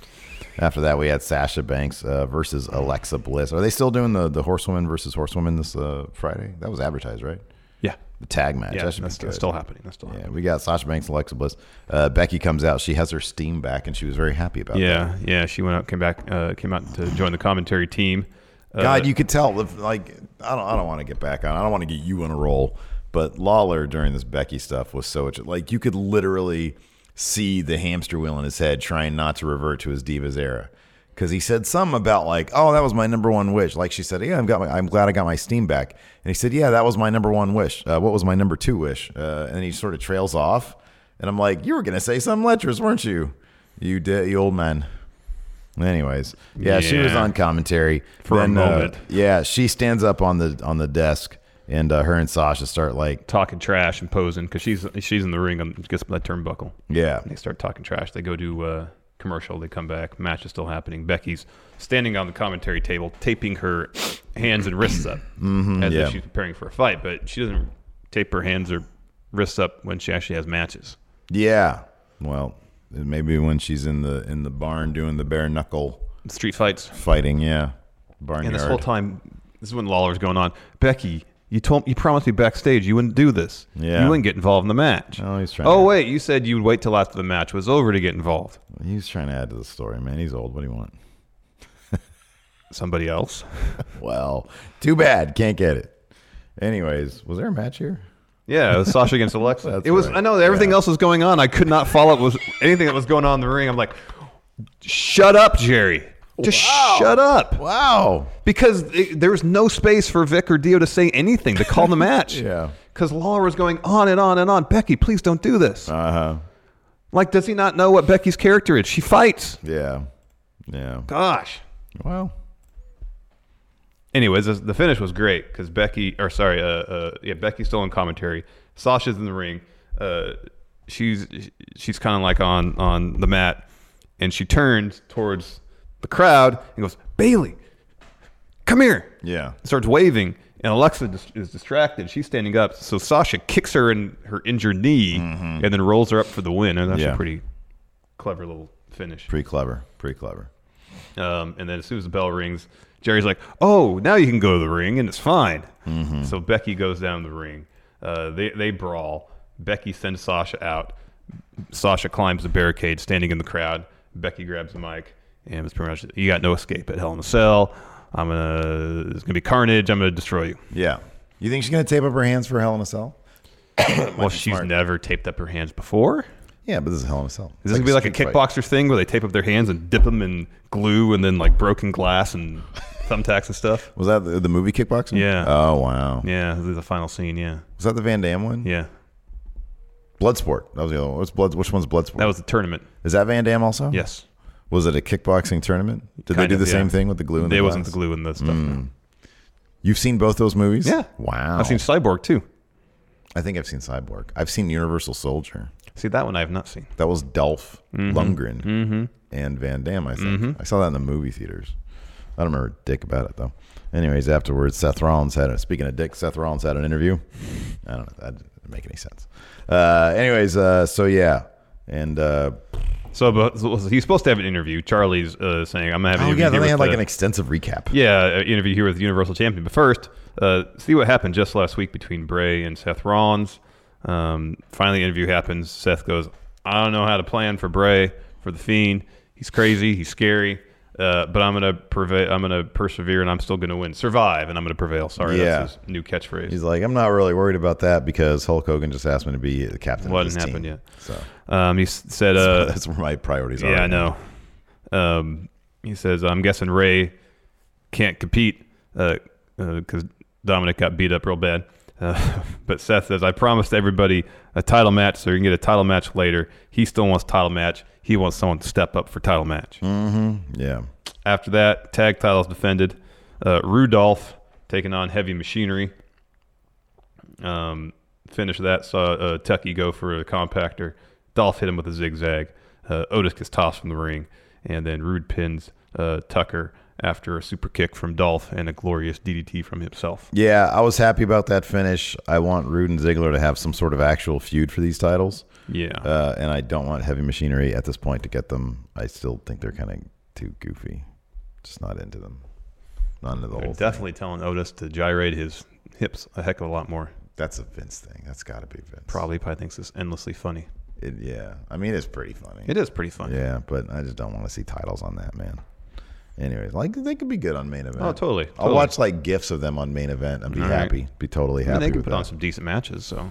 D: after that we had Sasha Banks uh, versus Alexa Bliss. Are they still doing the the horsewoman versus horsewoman this uh, Friday? That was advertised, right?
E: Yeah,
D: The tag match.
E: yeah,
D: that
E: that's,
D: should be
E: that's
D: good.
E: still happening. That's still
D: Yeah,
E: happening.
D: we got Sasha Banks, Alexa Bliss. Uh, Becky comes out. She has her steam back, and she was very happy about it.
E: Yeah, yeah. She went out, came back, uh, came out to join the commentary team. Uh,
D: God, you could tell. If, like, I don't, I don't want to get back on. I don't want to get you on a roll. But Lawler during this Becky stuff was so like you could literally see the hamster wheel in his head trying not to revert to his divas era because he said something about like, oh, that was my number one wish. Like she said, yeah, I'm got, my, I'm glad I got my steam back. And he said, yeah, that was my number one wish. Uh, what was my number two wish? Uh, and he sort of trails off. And I'm like, you were gonna say something lecherous, weren't you? You did, you old man. Anyways, yeah, she was
E: Yeah.
D: on commentary
E: For a
D: uh,
E: moment.
D: yeah, she stands up on the on the desk, and uh, her and Sasha start like,
E: talking trash and posing because she's she's in the ring on gets that turnbuckle.
D: yeah,
E: They start talking trash. They go to uh, commercial. They come back. Match is still happening. Becky's standing on the commentary table, taping her hands and wrists up as
D: yeah.
E: if she's preparing for a fight, but she doesn't tape her hands or wrists up when she actually has matches.
D: yeah. Well, maybe when she's in the in the barn doing the bare knuckle
E: Street fights.
D: fighting, yeah, barnyard.
E: And this whole time, this is when Lawler's going on. Becky, you told you promised me backstage you wouldn't do this.
D: Yeah.
E: You wouldn't get involved in the match.
D: Oh, he's trying
E: Oh
D: to-
E: wait, you said you would wait till after the match was over to get involved.
D: he's trying to add to the story, man. He's old. What do you want?
E: Somebody else.
D: Well, too bad. Can't get it. Anyways, was there a match here?
E: Yeah, it was Sasha against Alexa.
D: That's
E: it was.
D: right.
E: I know that everything
D: Yeah.
E: else was going on. I could not follow up with anything that was going on in the ring. I'm like, shut up, Jerry. Just shut up.
D: Wow.
E: Because it, there was no space for Vic or Dio to say anything to call the match.
D: Yeah.
E: Because Lawler was going on and on and on. Becky, please don't do this.
D: Uh huh.
E: Like, does he not know what Becky's character is? She fights.
D: Yeah. Yeah.
E: Gosh.
D: Well.
E: Anyways, this, the finish was great because Becky, or sorry, uh, uh, yeah, Becky's still in commentary. Sasha's in the ring. Uh, she's she's kind of like on on the mat, and she turns towards the crowd and goes, "Bailey, come here."
D: Yeah.
E: Starts waving, and Alexa dis- is distracted. She's standing up, so Sasha kicks her in her injured knee, and then rolls her up for the win. And that's
D: Yeah.
E: a pretty clever little finish.
D: Pretty clever. Pretty clever.
E: Um, and then as soon as the bell rings, Jerry's like, "Oh, now you can go to the ring, and it's fine." So Becky goes down the ring. Uh, they they brawl. Becky sends Sasha out. Sasha climbs the barricade, standing in the crowd. Becky grabs the mic, and it's pretty much, "You got no escape at Hell in a Cell. I'm gonna, it's gonna be carnage. I'm gonna destroy you."
D: Yeah. You think she's gonna tape up her hands for Hell in a Cell?
E: well, she's never taped up her hands before.
D: Yeah, but this is Hell in a Cell.
E: Is this gonna be like a
D: street fight.
E: kickboxer thing where they tape up their hands and dip them in glue and then like broken glass and thumbtacks and stuff?
D: Was that the, the movie Kickboxing?
E: Yeah.
D: Oh wow.
E: Yeah, this is the final scene. Yeah.
D: Was that the Van Damme one?
E: Yeah,
D: Bloodsport. That was the other one. What's blood? Which one's Bloodsport?
E: that was the tournament.
D: Is that Van Damme also?
E: Yes,
D: Was it a kickboxing tournament? Did they
E: Kind
D: do
E: of,
D: the
E: yeah.
D: same thing with the glue? And
E: they
D: the
E: wasn't the
D: glass? Mm.
E: glue in the stuff. no.
D: You've seen both those movies?
E: Yeah,
D: Wow.
E: I've seen Cyborg too.
D: I think I've seen Cyborg. I've seen Universal Soldier.
E: See that one I have not seen.
D: That was Dolph Lundgren and Van Damme. I think I saw that in the movie theaters. I don't remember a dick about it though. Anyways, afterwards, Seth Rollins had a, speaking of dick. Seth Rollins had an interview. I don't know. That didn't make any sense. Uh, anyways, uh, so yeah, and uh,
E: So, but, so he's supposed to have an interview. Charlie's uh, saying, "I'm having
D: oh
E: an interview
D: yeah, then
E: here
D: they had
E: with
D: like an
E: the,
D: extensive recap.
E: yeah uh, interview here with the Universal Champion." But first, uh, see what happened just last week between Bray and Seth Rollins. Um, finally, interview happens. Seth goes, I don't know how to plan for Bray for the Fiend. He's crazy. He's scary. Uh, but I'm gonna prevail. I'm gonna persevere, and I'm still gonna win, survive, and I'm gonna prevail. Sorry,
D: Yeah.
E: that's his new catchphrase.
D: He's like, I'm not really worried about that because Hulk Hogan just asked me to be the captain.
E: Well,
D: of his
E: it
D: team.
E: didn't happen yet.
D: So
E: um, he s- said, uh,
D: that's where my priorities are.
E: Yeah, I
D: right now.
E: know. Um, he says, I'm guessing Ray can't compete because uh 'cause Dominic got beat up real bad. Uh, but Seth says, I promised everybody a title match, so you can get a title match later. He still wants title match. He wants someone to step up for title match.
D: Yeah.
E: After that, tag titles defended. Uh, Rudolph taking on Heavy Machinery. Um, finish that. Saw uh, Tucky go for a compactor. Dolph hit him with a zigzag. Uh, Otis gets tossed from the ring, and then Rude pins uh, Tucker after a super kick from Dolph and a glorious DDT from himself.
D: Yeah, I was happy about that finish. I want Rude and Ziggler to have some sort of actual feud for these titles.
E: Yeah,
D: Uh, and I don't want heavy machinery at this point to get them. I still think they're kind of too goofy. Just not into them. Not into the
E: They're
D: whole thing.
E: definitely telling Otis to gyrate his hips a heck of a lot more.
D: That's a Vince thing. That's got to be Vince.
E: Probably probably thinks it's endlessly funny.
D: It, yeah. I mean, it's pretty funny.
E: It is pretty funny.
D: Yeah, but I just don't want to see titles on that, man. Anyways, like they could be good on main event.
E: Oh, totally,
D: I'll
E: totally.
D: watch like gifs of them on main event and be
E: All right.
D: happy. Be totally
E: I mean,
D: happy
E: they can
D: with
E: put
D: that.
E: on some decent matches, so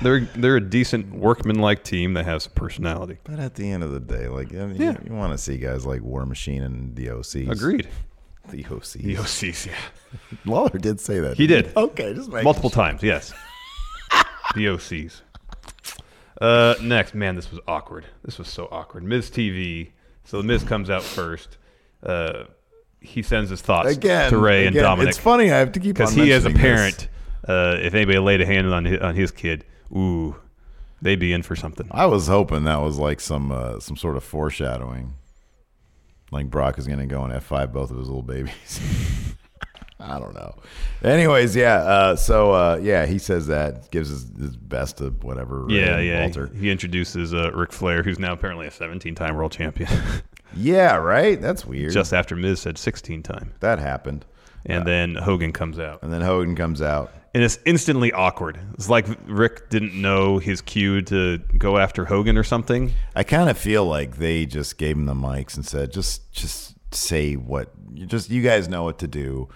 E: they're they're a decent workman-like team that has some personality.
D: But at the end of the day, like I mean,
E: Yeah.
D: you, want to see guys like War Machine and the OCs.
E: Agreed.
D: The OCs.
E: The OCs, yeah,
D: Lawler did say that.
E: He
D: didn't
E: did.
D: Okay, just making
E: multiple
D: sure.
E: times, yes. the OCs. Uh, next, man, this was awkward. This was so awkward. Miz TV. So the Miz comes out first. Uh, he sends his thoughts
D: again
E: to Ray and
D: again.
E: Dominic.
D: It's funny. I have to keep
E: because
D: on
E: he as a
D: mentioning this.
E: parent, uh, if anybody laid a hand on his, on his kid, ooh, they'd be in for something.
D: I was hoping that was like some uh, some sort of foreshadowing. Like Brock is gonna go and F five both of his little babies. I don't know. Anyways, yeah. Uh, so uh, yeah, he says that gives his, his best to whatever. Ray
E: Yeah,
D: and
E: yeah.
D: Walter.
E: He introduces uh, Ric Flair, who's now apparently a 17-time world champion,
D: Yeah, right. That's weird.
E: just after Miz said 16-time.
D: that happened,
E: And then Hogan comes out,
D: and then Hogan comes out.
E: and it's instantly awkward. It's like Rick didn't know his cue to go after Hogan or something.
D: I kind of feel like they just gave him the mics and said, just just say what, you just you guys know what to do,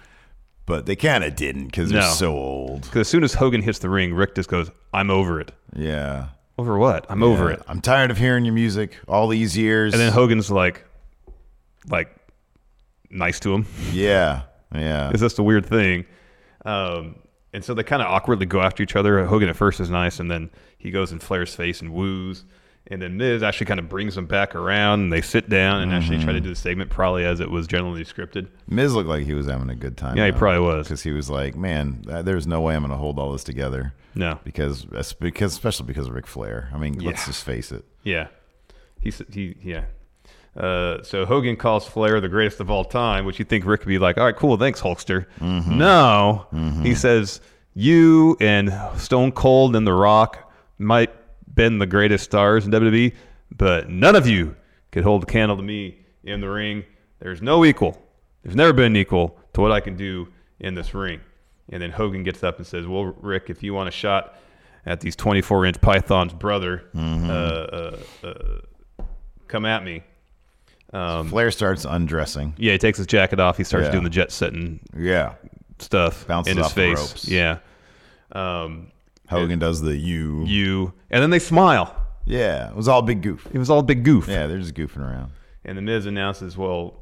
D: but they kind of didn't because they're
E: No.
D: so old.
E: Because as soon as Hogan hits the ring, Rick just goes, "I'm over it.
D: Yeah.
E: Over what? I'm over
D: Yeah.
E: it."
D: I'm tired of hearing your music all these years.
E: And then Hogan's like, like, nice to him.
D: yeah, yeah,
E: It's just a weird thing. Um, and so they kind of awkwardly go after each other. Hogan at first is nice, and then he goes in Flair's face and woos. And then Miz actually kind of brings them back around, and they sit down and actually try to do the segment probably as it was generally scripted.
D: Miz looked like he was having a good time.
E: Yeah, he probably was.
D: because he was like, man, uh, there's no way I'm going to hold all this together.
E: No.
D: because es- because especially because of Ric Flair. I mean, let's
E: Yeah.
D: just face it.
E: Yeah, he s- he yeah. Uh, so Hogan calls Flair the greatest of all time, which you think Rick would be like, all right, cool, thanks, Hulkster. No, he says you and Stone Cold and The Rock might been the greatest stars in WWE, but none of you could hold a candle to me in the ring. There's no equal. There's never been an equal to what I can do in this ring. And then Hogan gets up and says, well, Rick, if you want a shot at these 24 inch pythons, brother, uh, uh, uh, come at me. Um,
D: Flair starts undressing.
E: Yeah, he takes his jacket off. He starts
D: Yeah.
E: doing the jet setting
D: Yeah,
E: stuff
D: Bounces
E: in his
D: off the
E: face.
D: ropes.
E: Yeah. Um,
D: Hogan does the you.
E: you and then they smile.
D: Yeah, it was all big goof.
E: It was all a big goof.
D: Yeah, they're just goofing around.
E: And the Miz announces, "Well,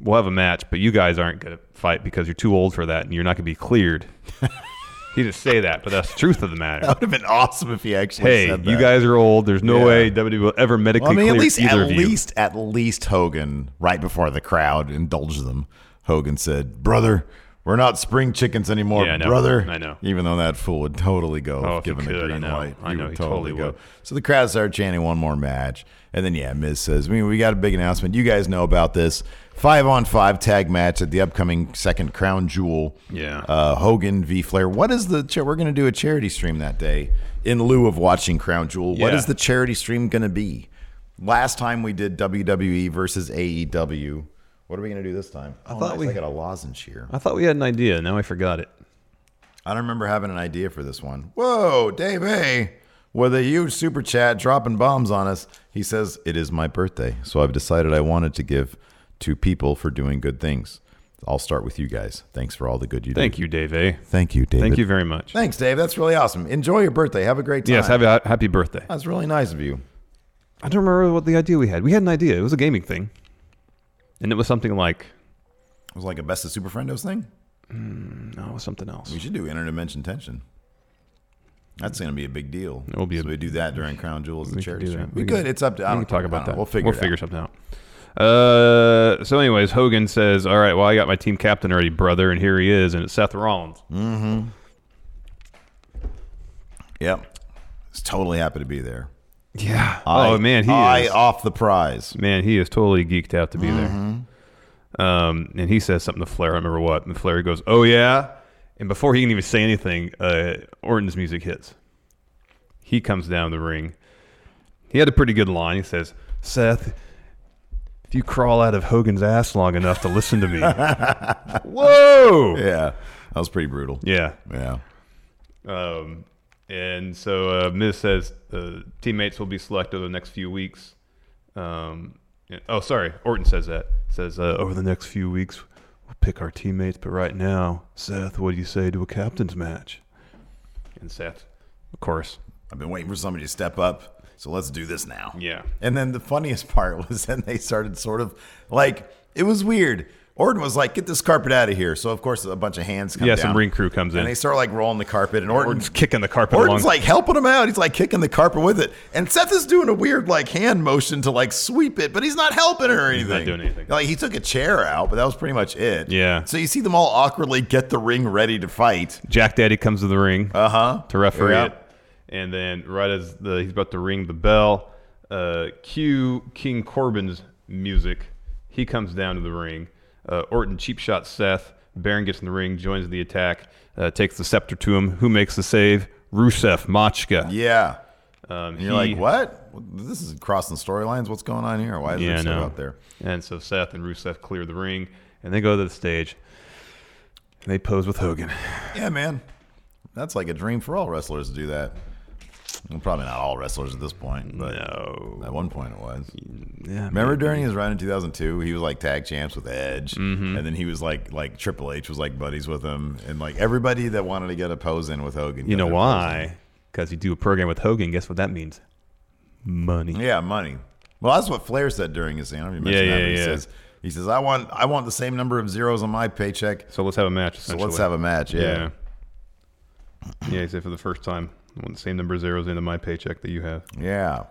E: we'll have a match, but you guys aren't going to fight because you're too old for that, and you're not going to be cleared." he just say that, but that's the truth of the matter.
D: That would have been awesome if he actually
E: Hey,
D: said
E: you
D: that.
E: guys are old. There's no
D: Yeah.
E: way WWE will ever medically
D: Well, I mean, at
E: clear
D: least
E: either
D: at
E: of you.
D: least at least Hogan, right before the crowd indulged them, Hogan said, "Brother, we're not spring chickens anymore,
E: Yeah, I know.
D: brother."
E: I know.
D: Even though that fool would totally go
E: Oh,
D: if
E: if he
D: given the
E: could, I
D: green
E: know.
D: light.
E: I know, he totally would.
D: So the crowd started chanting one more match, and then yeah, Miz says, "I mean, we got a big announcement. You guys know about this." Five on five tag match at the upcoming second Crown Jewel.
E: Yeah.
D: Uh, Hogan v Flair. What is the? Cha- we're going to do a charity stream that day in lieu of watching Crown Jewel. What
E: Yeah.
D: is the charity stream going to be? Last time we did WWE versus E AEW. What are we going to do this time? Oh, I
E: thought we-
D: I got a lozenge here.
E: I thought we had an idea. Now I forgot it.
D: I don't remember having an idea for this one. Whoa, Dave A. With a huge super chat dropping bombs on us. He says, It is my birthday, so I've decided I wanted to give to people for doing good things. I'll start with you guys. Thanks for all the good you
E: Thank
D: do.
E: you, Dave A.
D: Thank you, David.
E: Thank you very much.
D: Thanks, Dave. That's really awesome. Enjoy your birthday. Have a great time.
E: Yes, have a happy birthday.
D: That's really nice of you.
E: I don't remember what the idea we had. We had an idea. It was a gaming thing, and it was something like
D: It was like a best of super friendos thing.
E: no, it was something else.
D: We should do interdimension tension. That's going to be a big deal.
E: It will be
D: so
E: a-
D: we do that during Crown Jewels, the
E: We could
D: charity
E: do
D: stream.
E: that.
D: We,
E: We
D: could.
E: can-
D: It's up to. I
E: We
D: don't
E: can
D: care.
E: talk about
D: I don't know.
E: that.
D: We'll figure.
E: We'll
D: it
E: figure
D: out.
E: something out. Uh, so, anyways, Hogan says, "All right, well, I got my team captain already, brother, and here he is, and it's Seth Rollins."
D: Mm. Yep. It's totally happy to be there.
E: Yeah. Oh
D: I-
E: man, he
D: I
E: is.
D: off the prize.
E: man, he is totally geeked out to be there. Um, and he says something to Flair. I remember what. And Flair goes, "Oh yeah," and before he can even say anything, uh, Orton's music hits. He comes down the ring. He had a pretty good line. He says, "Seth." If you crawl out of Hogan's ass long enough to listen to me, whoa,
D: Yeah, that was pretty brutal.
E: Yeah.
D: Yeah.
E: Um, and so uh, Miz says uh, teammates will be selected over the next few weeks. Um, and- oh, sorry. Orton says that. Says, uh, over the next few weeks, we'll pick our teammates. But right now, Seth, what do you say to a captain's match? And Seth, of course.
D: I've been waiting for somebody to step up, so let's do this now.
E: Yeah.
D: And then the funniest part was then they started sort of like it was weird. Orton was like, "Get this carpet out of here." So of course a bunch of hands come
E: Yeah,
D: down.
E: some ring crew comes in.
D: and they start like rolling the carpet, and Orton,
E: Orton's kicking the carpet
D: Orton's
E: along.
D: like helping him out. He's like kicking the carpet with it, and Seth is doing a weird like hand motion to like sweep it, but he's not helping her or anything.
E: not doing anything.
D: Like he took a chair out, but that was pretty much it.
E: Yeah.
D: So you see them all awkwardly get the ring ready to fight.
E: Jack Daddy comes to the ring
D: Uh-huh.
E: to referee
D: Yeah.
E: it, and then right as the he's about to ring the bell, uh, cue King Corbin's music. He comes down to the ring. Uh, Orton cheap shot Seth. Baron gets in the ring, joins the attack, uh, takes the scepter to him. Who makes the save? Rusev Machka.
D: Yeah.
E: Um,
D: And you're like, what? This is crossing storylines. What's going on here? Why is
E: Yeah,
D: there
E: I
D: stuff
E: know.
D: out there?
E: And so Seth and Rusev clear the ring, and they go to the stage. And they pose with Hogan.
D: Yeah, man. That's like a dream for all wrestlers to do that. Well, probably not all wrestlers at this point, but
E: No.
D: at one point it was.
E: Yeah,
D: Remember during his run in 2002, he was like tag champs with Edge,
E: Mm-hmm.
D: and then he was like like Triple H was like buddies with him, and like everybody that wanted to get a pose in with Hogan.
E: You
D: got
E: know
D: their pose
E: why? Because you do a program with Hogan. Guess what that means? Money.
D: in. Yeah, money. Well, that's what Flair said during his thing. I don't even
E: Yeah,
D: mention that.
E: yeah,
D: but he
E: yeah.
D: says he says I want I want the same number of zeros on my paycheck,
E: So let's have a match.
D: so let's have a match. Yeah.
E: Yeah. Yeah, he said for the first time, I want the same number of zeros into my paycheck that you have.
D: Yeah.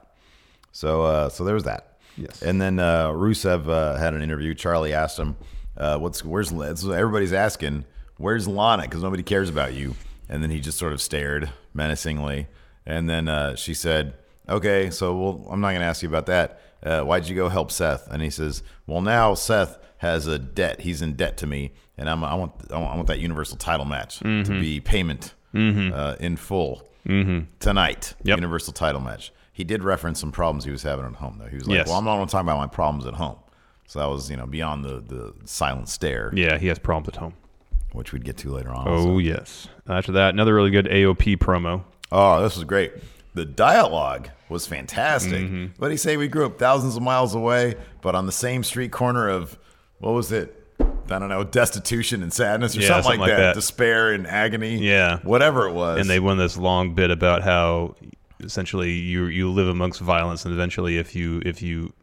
D: So uh, so there was that.
E: Yes.
D: And then uh, Rusev uh, had an interview. Charlie asked him, uh, "What's where's Lana?" So everybody's asking, "Where's Lana?" Because nobody cares about you. And then he just sort of stared menacingly. And then uh, she said, "Okay, so well, I'm not going to ask you about that. Uh, why'd you go help Seth?" And he says, "Well, now Seth has a debt. He's in debt to me, and I'm, I want I want I want that Universal Title match to be payment uh, in full." tonight.
E: Yep.
D: Universal title match. He did reference some problems he was having at home, though. He was like,
E: Yes.
D: "Well, I'm not going to talk about my problems at home." So that was, you know, beyond the the silent stare,
E: Yeah, he has problems at home.
D: which we'd get to later on.
E: Oh,
D: also.
E: yes. After that, another really good AOP promo.
D: Oh, this was great. The dialogue was fantastic.
E: Mm-hmm.
D: What do you say? We grew up thousands of miles away, but on the same street corner of what was it? I don't know, destitution and sadness, or
E: Yeah,
D: something,
E: something
D: like,
E: like
D: that.
E: that.
D: Despair and agony.
E: Yeah.
D: whatever it was.
E: And they went this long bit about how essentially you you live amongst violence, and eventually, if you if you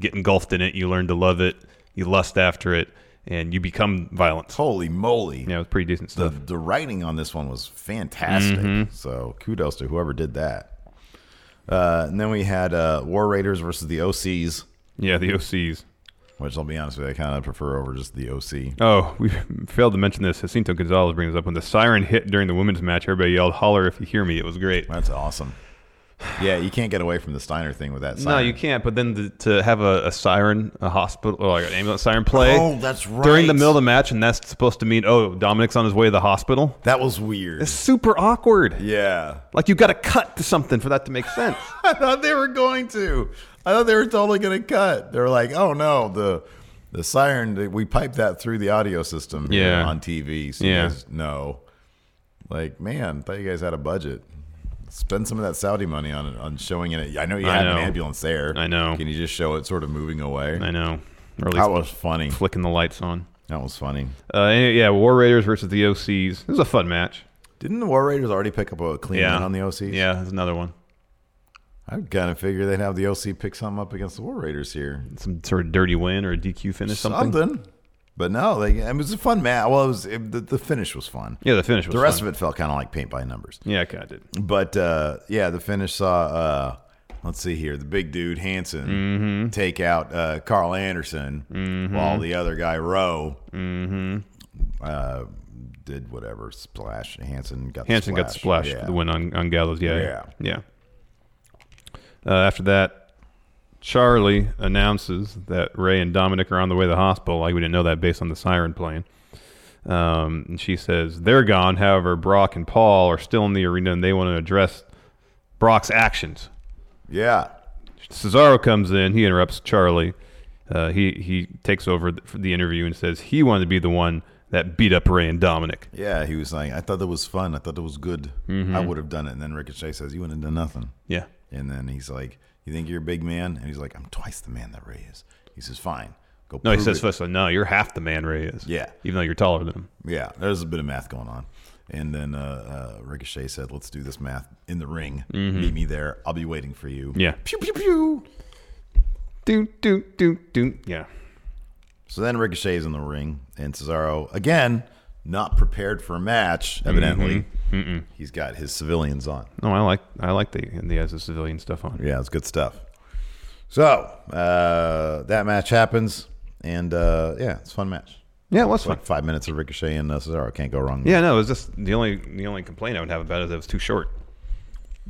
E: get engulfed in it, you learn to love it, you lust after it, and you become violent.
D: holy moly.
E: Yeah, it was pretty decent
D: the,
E: stuff.
D: the writing on this one was fantastic.
E: Mm-hmm.
D: So kudos to whoever did that. Uh, and then we had uh, War Raiders versus the OCs,
E: Yeah, the OCs.
D: which I'll be honest with you, I kind of prefer over just the OC.
E: Oh, we failed to mention this. Jacinto Gonzalez brings up when the siren hit during the women's match. Everybody yelled, "Holler if you hear me!" It was great.
D: That's awesome. Yeah, you can't get away from the Steiner thing with that. Siren.
E: No, you can't. But then to, to have a, a siren, a hospital, or like an ambulance siren play.
D: Oh, that's
E: During the
D: right.
E: middle of the match, and that's supposed to mean, oh, Dominic's on his way to the hospital.
D: That was weird.
E: It's super awkward.
D: Yeah,
E: Like you got to cut to something for that to make sense.
D: I thought they were going to. I thought they were totally going to cut. They were like, "Oh no, the the siren. We piped that through the audio system here
E: Yeah.
D: on TV. So
E: Yeah.
D: you guys know. Like, man, thought you guys had a budget. Spend some of that Saudi money on on showing it. I know you
E: I
D: had an
E: know.
D: ambulance there.
E: I know.
D: Can you just show it sort of moving away?
E: I know. Or at least
D: That was funny.
E: flicking the lights on.
D: That was funny.
E: Uh, anyway, yeah, War Raiders versus the OCs. This was a fun match.
D: Didn't the War Raiders already pick up a clean
E: yeah,
D: win on the OCs?
E: Yeah, that's another one.
D: I kind of figure they'd have the OC pick something up against the War Raiders here.
E: Some sort of dirty win or a DQ finish, something.
D: But no, they, it was a fun match. Well, it was it, the, the finish was fun.
E: Yeah, the finish was
D: the rest
E: fun.
D: of it felt kind of like paint by numbers.
E: Yeah, kind of did.
D: But uh, yeah, the finish saw. Uh, let's see here, the big dude Hanson
E: Mm-hmm.
D: take out uh, Carl Anderson, while the other guy Rowe
E: Mm-hmm.
D: uh, did whatever splash. Hanson got
E: Hanson
D: the
E: got splashed for the win on, on Gallows. Yeah. Yeah. yeah. Uh, after that, Charlie announces that Ray and Dominic are on the way to the hospital. Like, we didn't know that based on the siren playing. Um, and she says they're gone. However, Brock and Paul are still in the arena and they want to address Brock's actions.
D: Yeah,
E: Cesaro comes in. He interrupts Charlie. Uh, he he takes over th- for the interview and says he wanted to be the one that beat up Ray and Dominic.
D: yeah. He was like, I thought that was fun. I thought that was good. I
E: Mm-hmm.
D: would have done it. And then Ricochet says, You wouldn't have done nothing.
E: Yeah.
D: And then he's like, "You think you're a big man?" And he's like, "I'm twice the man that Ray is." He says, "Fine, go."
E: No, he
D: prove
E: says
D: it."
E: first. like, No, you're half the man Ray is.
D: Yeah.
E: Even though you're taller than him.
D: Yeah, there's a bit of math going on. And then uh, uh, Ricochet said, "Let's do this math in the ring. Meet me there. I'll be waiting for you."
E: Mm-hmm. Yeah.
D: Pew pew pew.
E: Do do do do. Yeah.
D: So then Ricochet's in the ring, and Cesaro again not prepared for a match. Evidently,
E: Mm-hmm.
D: he's got his civilians on.
E: No, I like I like the the as the civilian stuff on.
D: Yeah, it's good stuff. So uh, that match happens, and uh, yeah, it's a fun match.
E: Yeah, it was fun.
D: like five minutes of Ricochet and uh, Cesaro. Can't go wrong.
E: Yeah, no, it was just the only the only complaint I would have about it is that it was too short.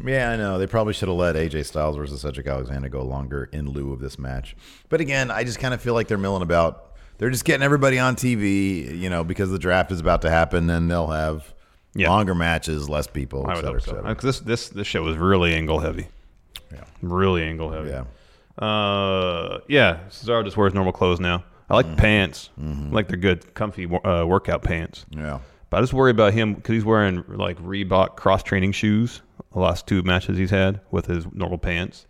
D: yeah, I know. They probably should have let AJ Styles versus Cedric Alexander go longer in lieu of this match. But again, I just kind of feel like they're milling about. They're just getting everybody on TV, you know, because the draft is about to happen, and they'll have
E: Yeah.
D: longer matches, less people,
E: I
D: et
E: would
D: cetera,
E: hope
D: et
E: so.
D: cetera.
E: Because this this this show was really angle heavy.
D: Yeah.
E: Really angle heavy.
D: Yeah.
E: Uh, yeah. Cesaro just wears normal clothes now.
D: Mm-hmm.
E: I like the pants. I like they're good, comfy wo- uh, workout pants.
D: Yeah.
E: But I just worry about him because he's wearing like Reebok cross training shoes. The last two matches he's had with his normal pants,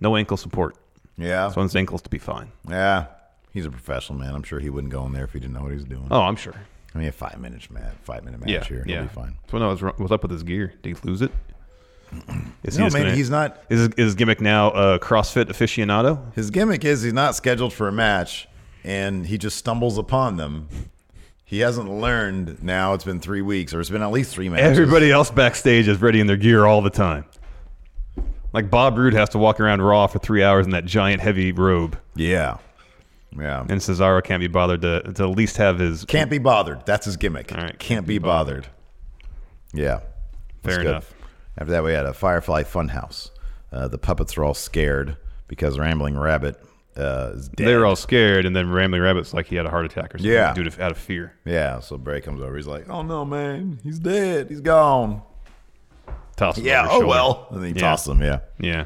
E: no ankle support.
D: Yeah.
E: So on his ankles to be fine.
D: Yeah. He's a professional man. I'm sure he wouldn't go in there if he didn't know what he's doing.
E: Oh, I'm sure.
D: I mean, a five minute match, five minute match
E: Yeah,
D: here,
E: yeah.
D: he'll be fine.
E: So no, what's, wrong- what's up with his gear? Did he lose it? Is
D: No,
E: just
D: man, he's not-
E: Is his, is his gimmick now uh, CrossFit aficionado?
D: His gimmick is he's not scheduled for a match and he just stumbles upon them. He hasn't learned now it's been three weeks or it's been at least three matches.
E: Everybody else backstage is ready in their gear all the time. Like Bob Roode has to walk around Raw for three hours in that giant heavy robe,
D: Yeah. Yeah.
E: and Cesaro can't be bothered to, to at least have his.
D: can't be bothered. That's his gimmick.
E: right,
D: can't, be bothered. Yeah. That's
E: Fair
D: good.
E: enough.
D: After that, we had a Firefly Funhouse. Uh, the puppets are all scared because Rambling Rabbit uh, is dead.
E: They were all scared, and then Rambling Rabbit's like he had a heart attack or something
D: Yeah.
E: due to out of fear.
D: yeah. So Bray comes over. He's like, oh no, man. He's dead. He's gone.
E: Toss him
D: Yeah.
E: over his
D: Oh
E: shoulder.
D: well. And then he
E: Yeah.
D: tosses him. Yeah.
E: Yeah.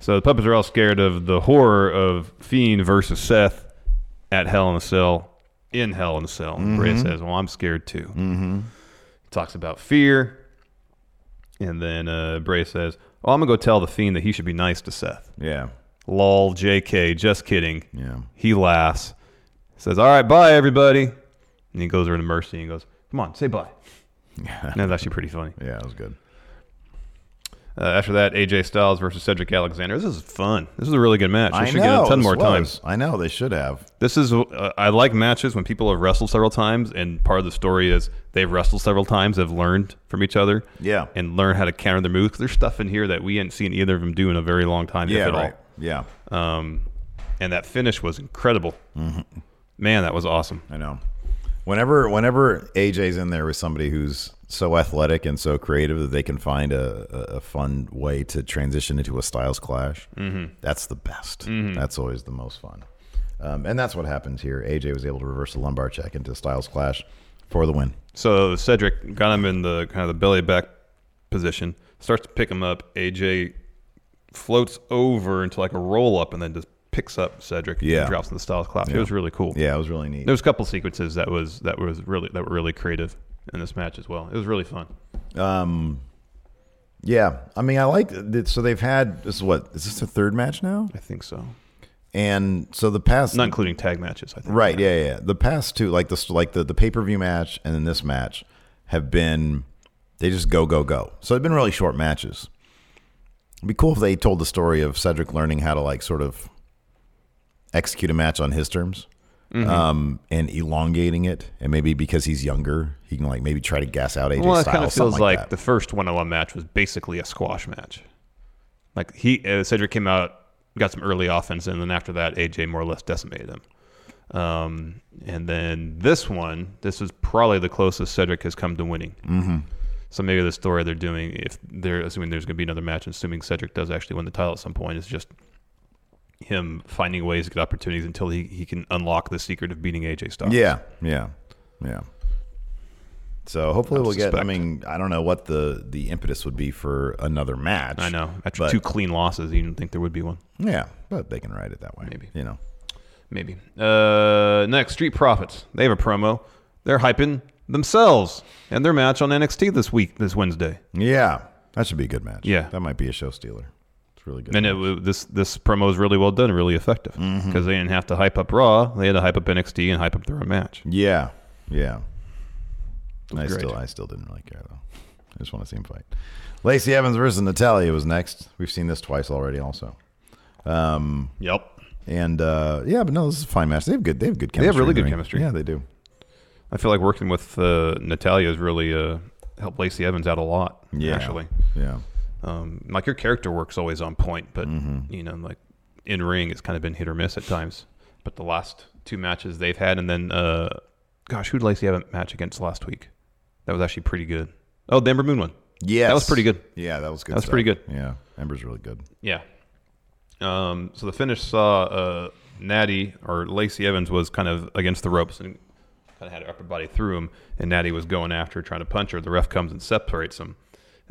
E: So the puppets are all scared of the horror of Fiend versus Seth at Hell in a Cell, in Hell in a Cell. And Bray
D: Mm-hmm.
E: says, Well, I'm scared too. Mm-hmm. He talks about fear. And then uh, Bray says, Oh, I'm going to go tell the Fiend that he should be nice to Seth.
D: Yeah.
E: Lol, JK, just kidding.
D: Yeah.
E: He laughs, says, All right, bye, everybody. And he goes over to Mercy and goes, Come on, say bye. And that's actually pretty funny.
D: Yeah, it was good.
E: Uh, after that, AJ Styles versus Cedric Alexander. This is fun. This is a really good match. We should get a ton
D: this
E: more
D: was.
E: times.
D: I know they should have.
E: This is uh, I like matches when people have wrestled several times, and part of the story is they've wrestled several times, have learned from each other,
D: Yeah.
E: and learn how to counter their moves. 'Cause there's stuff in here that we hadn't seen either of them do in a very long time,
D: Yeah,
E: if at
D: right. Yeah,
E: all. Um, and that finish was incredible. Man, that was awesome.
D: I know. Whenever whenever AJ's in there with somebody who's so athletic and so creative that they can find a, a, a fun way to transition into a styles clash,
E: Mm-hmm.
D: that's the best. That's always the most fun. Um, and that's what happens here. AJ was able to reverse a lumbar check into a styles clash for the win.
E: So Cedric got him in the kind of the belly back position, starts to pick him up. AJ floats over into like a roll up and then just picks up Cedric
D: Yeah.
E: and drops in the Styles Clash. It was really cool.
D: Yeah, it was really neat.
E: There was a couple sequences that was that was really that were really creative in this match as well. It was really fun.
D: Um, yeah, I mean, I like that. So they've had this. Is what is this the third match now?
E: I think so.
D: And so the past
E: Not including tag matches, I think.
D: Right. Yeah. Yeah. yeah. The past two, like this, like the the pay per view match and then this match, have been they just go go go. So they've been really short matches. It'd be cool if they told the story of Cedric learning how to like sort of execute a match on his terms,
E: Mm-hmm.
D: um, and elongating it, and maybe because he's younger, he can like maybe try to gas out AJ
E: Well, it
D: Styles.
E: kind of feels
D: something
E: like,
D: that.
E: the first one-on-one match was basically a squash match. Like he uh, Cedric came out, got some early offense, and then after that, AJ more or less decimated him. Um, and then this one, this is probably the closest Cedric has come to winning. Mm-hmm. So maybe the story they're doing, if they're assuming there's going to be another match, assuming Cedric does actually win the title at some point, is just him finding ways to get opportunities until he, he can unlock the secret of beating AJ Styles.
D: Yeah, yeah, yeah. So hopefully
E: I
D: we'll get. I
E: suspect.
D: mean, I don't know what the the impetus would be for another match.
E: I know. After
D: but-
E: two clean losses, you didn't think there would be one.
D: Yeah, but they can write it that way.
E: Maybe.
D: you know.
E: Maybe. Uh, next, Street Profits. They have a promo. They're hyping themselves and their match on NXT this week, this Wednesday.
D: Yeah, that should be a good match.
E: Yeah.
D: that might be a show stealer. It's really good.
E: And it,
D: match.
E: wa- this this promo is really well done, and really effective because they didn't have to hype up Raw. They had to hype up NXT and hype up their own match.
D: yeah, yeah. I
E: great.
D: still, I still didn't really care though. I just want to see him fight. Lacey Evans versus Natalia was next. We've seen this twice already, also.
E: Yep.
D: And uh, yeah, but no, this is a fine match. They have good. They have good chemistry.
E: have really
D: in the
E: good
D: ring.
E: chemistry.
D: Yeah, they do.
E: I feel like working with uh, Natalia has really uh, helped Lacey Evans out a lot,
D: Yeah,
E: actually.
D: Yeah.
E: Um, like your character work's always on point, but you know, like in ring, it's kind of been hit or miss at times. But the last two matches they've had, and then uh, gosh, who did Lacey have a match against last week? That was actually pretty good. Oh, the Ember Moon one.
D: Yeah,
E: that was pretty good.
D: Yeah, that was good.
E: That was
D: stuff.
E: pretty good.
D: Yeah, Ember's really good.
E: Yeah. Um, so the finish saw uh, Natty or Lacey Evans was kind of against the ropes and kind of had her upper body through him, and Natty was going after her, trying to punch her. The ref comes and separates them,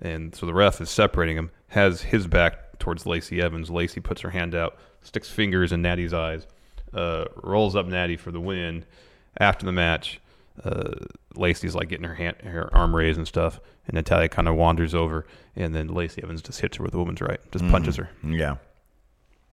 E: and so the ref is separating him, has his back towards Lacey Evans. Lacey puts her hand out, sticks fingers in Natty's eyes, uh, rolls up Natty for the win. After the match, uh, Lacey's like getting her hand, her arm raised and stuff, and Natalia kind of wanders over, and then Lacey Evans just hits her with a woman's right, just punches her.
D: Yeah.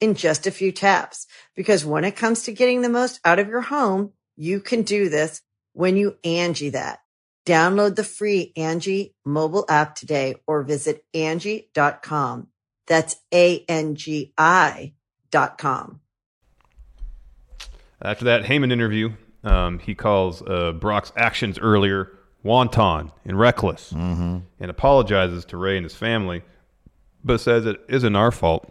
H: in just a few taps. Because when it comes to getting the most out of your home, you can do this when you Angie that. Download the free Angie mobile app today or visit Angie.com. That's A-N-G-I dot com.
E: After that Heyman interview, um, he calls uh, Brock's actions earlier wanton and reckless and apologizes to Ray and his family, but says it isn't our fault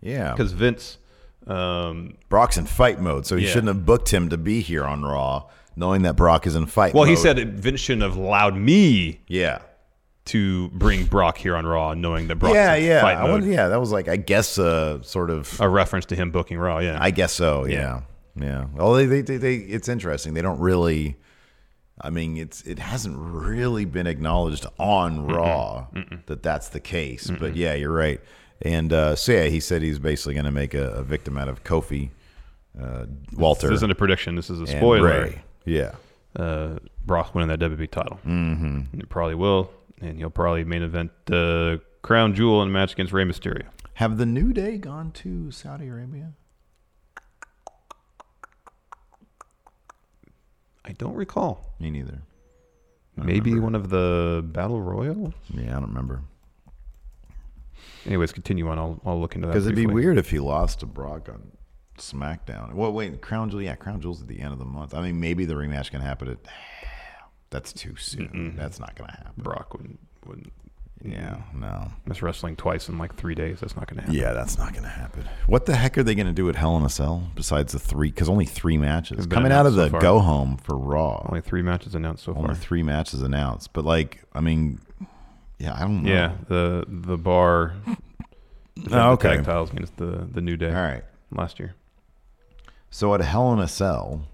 D: Yeah.
E: because Vince. Um,
D: Brock's in fight mode, so he
E: Yeah.
D: shouldn't have booked him to be here on Raw, knowing that Brock is in fight
E: well,
D: mode.
E: he said Vince shouldn't have allowed me
D: Yeah.
E: to bring Brock here on Raw, knowing that Brock's
D: yeah,
E: in
D: yeah.
E: fight
D: I
E: mode.
D: wonder, yeah, that was like, I guess, uh, sort of.
E: A reference to him booking Raw, yeah.
D: I guess so, yeah. Yeah. Well, they, they, they, they, it's interesting. They don't really. I mean, it's it hasn't really been acknowledged on Raw that that's the case, but yeah, you're right. And uh, so yeah, he said he's basically going to make a, a victim out of Kofi, uh, Walter.
E: This isn't a prediction. This is a
D: and
E: spoiler.
D: Ray. Yeah.
E: Uh, Brock winning that WWE title.
D: Mhm.
E: And it probably will. And he'll probably main event uh, Crown Jewel in a match against Rey Mysterio.
D: Have the New Day gone to Saudi Arabia?
E: I don't recall.
D: Me neither.
E: Maybe one of the Battle Royal?
D: Yeah, I don't remember.
E: Anyways, continue on. I'll, I'll look into that.
D: Because it'd be
E: briefly.
D: weird if he lost to Brock on SmackDown. Well, wait, Crown Jewel. Yeah, Crown Jewel's at the end of the month. I mean, maybe the rematch can happen. At, that's too soon. That's not going to happen.
E: Brock wouldn't. wouldn't
D: yeah, no.
E: That's wrestling twice in like three days. That's not going to happen.
D: Yeah, that's not going to happen. What the heck are they going to do at Hell in a Cell besides the three? Because only three matches
E: Have been
D: coming out of
E: announced so
D: the
E: far.
D: go home for Raw.
E: Only three matches announced so far.
D: Only three matches announced. But like, I mean, yeah, I don't know.
E: Yeah, the the bar.
D: Oh, okay.
E: The tag tiles against the the New Day. All
D: right.
E: Last year.
D: So at Hell in a Cell,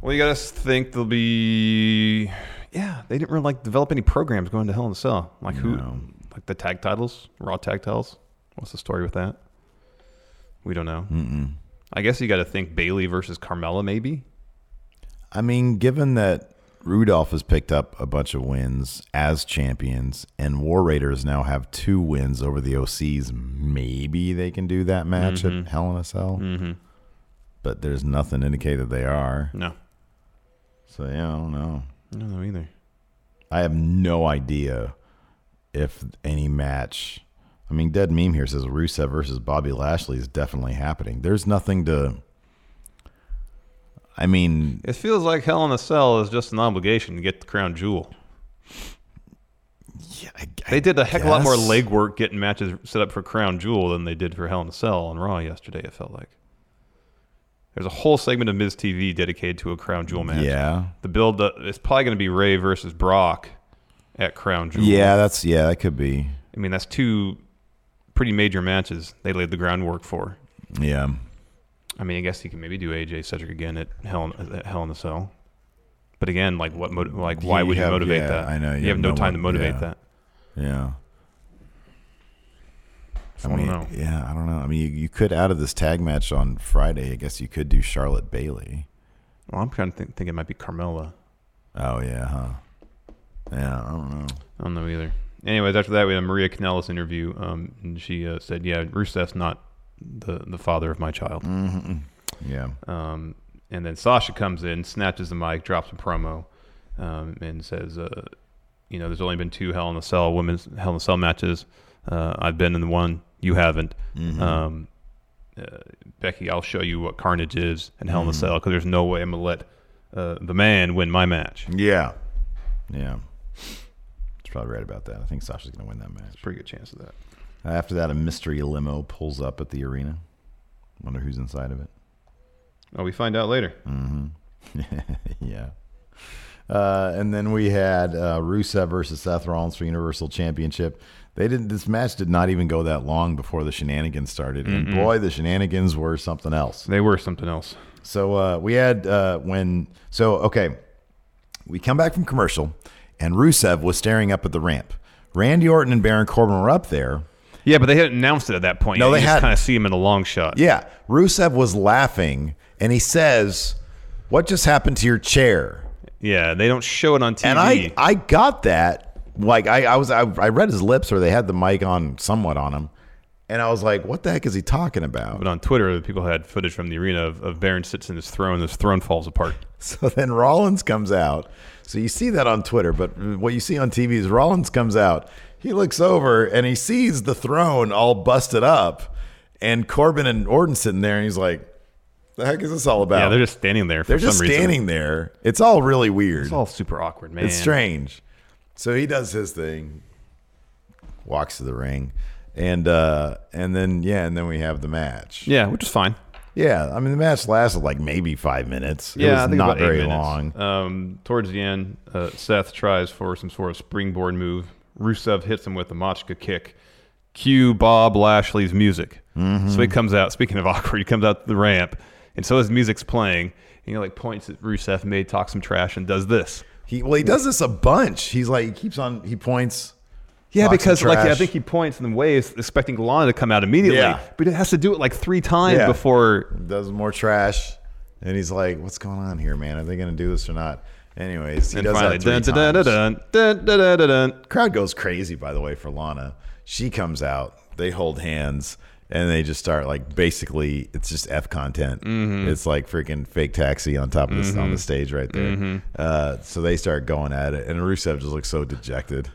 E: Well, you gotta think they'll be. Yeah, they didn't really like develop any programs going to Hell in a Cell. Like who? Like the tag titles, Raw tag titles. What's the story with that? We don't know.
D: Mm-mm.
E: I guess you got to think Bailey versus Carmella, maybe.
D: I mean, given that Rudolph has picked up a bunch of wins as champions, and War Raiders now have two wins over the OCs, maybe they can do that match
E: Mhm.
D: at Hell in a Cell.
E: Mm-hmm.
D: But there's nothing indicated they are.
E: No.
D: So yeah, I don't know.
E: I don't know either.
D: I have no idea if any match. I mean, Dead Meme here says Rusev versus Bobby Lashley is definitely happening. There's nothing to. I mean,
E: It feels like Hell in a Cell is just an obligation to get the crown jewel. Yeah, they did a heck of a lot more
D: guess.
E: legwork getting matches set up for Crown Jewel than they did for Hell in a Cell on Raw yesterday. It felt like there's a whole segment of Miz TV dedicated to a Crown Jewel match.
D: Yeah.
E: the build up it's probably going to be Ray versus Brock at Crown Jewel.
D: yeah, that's yeah, that could be.
E: I mean that's two pretty major matches they laid the groundwork for.
D: Yeah.
E: I mean, I guess you can maybe do AJ Cedric again at Hell in, at Hell in a Cell, but again, like what? Moti- like why
D: You
E: would
D: have-
E: you motivate
D: yeah,
E: that?
D: I know,
E: you, have, no, time
D: one-
E: to motivate
D: yeah.
E: that.
D: Yeah. I,
E: I don't
D: mean,
E: know.
D: yeah, I don't know. I mean, you, you could out of this tag match on Friday. I guess you could do Charlotte Bailey.
E: Well, I'm kind of think, think it might be Carmella.
D: Oh yeah, huh? Yeah, I don't know.
E: I don't know either. Anyways, after that, we had Maria Canellis interview, um, and she uh, said, "Yeah, Rusev's not the the father of my child."
D: Mm-hmm. Yeah.
E: Um, and then Sasha comes in, snatches the mic, drops a promo, um, and says, uh, "You know, there's only been two Hell in a Cell women's Hell in a Cell matches. Uh, I've been in the one. You haven't."
D: Mhm.
E: Um, uh, Becky, I'll show you what Carnage is in Hell in a
D: Mm-hmm.
E: Cell because there's no way I'm gonna let uh, the man win my match.
D: Yeah. Yeah. It's probably right about that. I think Sasha's going to win that match.
E: Pretty good chance of that.
D: After that, a mystery limo pulls up at the arena. Wonder who's inside of it.
E: Oh, we find out later.
D: hmm yeah. Uh, and then we had uh, Rusev versus Seth Rollins for Universal Championship. They didn't. This match did not even go that long before the shenanigans started, and
E: Mm-mm.
D: boy, the shenanigans were something else.
E: They were something else.
D: So uh, we had uh, when so okay, we come back from commercial, and Rusev was staring up at the ramp. Randy Orton and Baron Corbin were up there.
E: Yeah, but they hadn't announced it at that point.
D: No,
E: You
D: they
E: just
D: hadn't.
E: Kind of see him in a long shot.
D: Yeah, Rusev was laughing, and he says, "What just happened to your chair?"
E: Yeah, they don't show it on TV.
D: And I, I got that. Like I, I was, I, I read his lips, or they had the mic on somewhat on him, and I was like, "What the heck is he talking about?"
E: But on Twitter, people had footage from the arena of, of Baron sits in his throne. His throne falls apart.
D: So then Rollins comes out. So you see that on Twitter, but what you see on TV is Rollins comes out. He looks over and he sees the throne all busted up, and Corbin and Orton sitting there, and he's like, "The heck is this all about?"
E: Yeah, they're just standing there. For
D: Oh. They're just
E: some reason.
D: standing there. It's all really weird.
E: It's all super awkward, man.
D: It's strange. So he does his thing, walks to the ring, and uh and then yeah, and then we have the match.
E: Yeah, which is fine.
D: Yeah, I mean the match lasted like maybe five minutes. It
E: yeah,
D: was
E: I think
D: not
E: about eight
D: very long.
E: minutes. Um, towards the end, uh, Seth tries for some sort of springboard move. Rusev hits him with a Machka kick. Cue Bob Lashley's music.
D: Mm-hmm.
E: So he comes out. Speaking of awkward, he comes out the ramp, and so his music's playing. And he like points at Rusev, made talks some trash, and does this.
D: He well he does this a bunch. He's like he keeps on he points,
E: Yeah,
D: Box of
E: because like I
D: trash.
E: think he points and waves, expecting Lana to come out immediately.
D: Yeah.
E: But it has to do it like three times
D: Yeah.
E: before.
D: does more trash, and he's like, "What's going on here, man? Are they going to do this or not?" Anyways, he
E: And
D: does
E: finally,
D: that three
E: dun, dun, dun,
D: times.
E: dun, dun, dun, dun, dun, dun.
D: Crowd goes crazy, by the way, for Lana. She comes out, they hold hands, and they just start like basically it's just f content.
E: Mm-hmm.
D: It's like freaking fake taxi on top of this on the
E: Mhm.
D: stage right there.
E: Mhm.
D: Uh, so they start going at it, and Rusev just looks so dejected.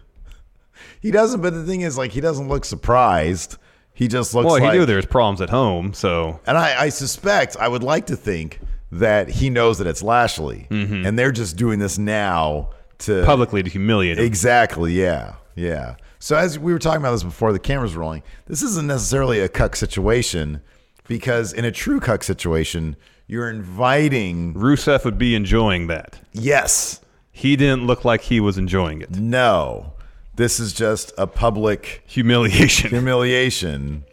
D: He doesn't, but the thing is, like, he doesn't look surprised. He just looks
E: Well,
D: like
E: he knew there was problems at home, so
D: and I, I suspect, I would like to think that he knows that it's Lashley,
E: Mm-hmm.
D: and they're just doing this now to
E: publicly to humiliate him.
D: Exactly. Yeah. Yeah. So as we were talking about this before the cameras rolling, this isn't necessarily a cuck situation because in a true cuck situation, you're inviting
E: Rusev would be enjoying that.
D: Yes.
E: He didn't look like he was enjoying it.
D: No. This is just a public
E: humiliation.
D: Humiliation.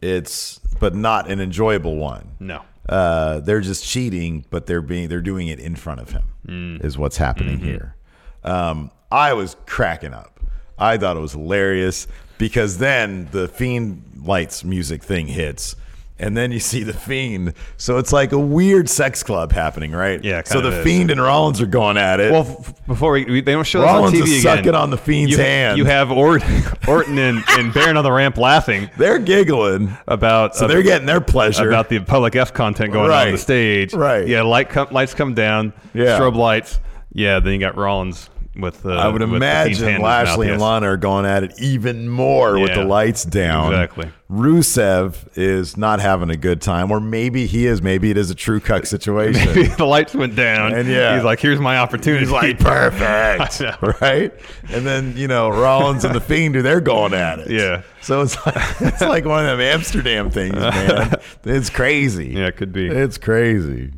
D: It's but not an enjoyable one.
E: No.
D: Uh, they're just cheating, but they're being they're doing it in front of him.
E: Mm.
D: Is what's happening
E: Mm-hmm.
D: here. Um, I was cracking up. I thought it was hilarious because then the fiend lights music thing hits. And then you see the fiend, so it's like a weird sex club happening, right? Yeah. So
E: kind of
D: the
E: is.
D: fiend and Rollins are going at it.
E: Well, f- before we, we- they don't show this
D: Rollins
E: on TV
D: is
E: again.
D: sucking on the Fiend's
E: you, ha-
D: hand.
E: You have Ort, Orton and, and Baron on the ramp laughing.
D: They're giggling
E: about
D: So they're getting their pleasure.
E: about the public f content going on on
D: Right.
E: the stage.
D: Right.
E: Yeah. Light com- lights come down.
D: Yeah.
E: Strobe lights. Yeah. Then you got Rollins with. Uh,
D: I would
E: with the Fiend's hand
D: imagine
E: in his
D: Lashley
E: mouth,
D: and
E: yes.
D: Lana are going at it even more with the
E: Yeah.
D: lights down.
E: Exactly.
D: Rusev is not having a good time, or maybe he is. Maybe it is a true cuck situation.
E: the lights went down.
D: And yeah.
E: He's like, here's my opportunity.
D: He's like, perfect.
E: I know.
D: right? And then, you know, Rollins and the Fiend, they're going at it.
E: Yeah.
D: So it's like, it's like one of them Amsterdam things, man. It's crazy. Yeah,
E: it could be.
D: It's crazy.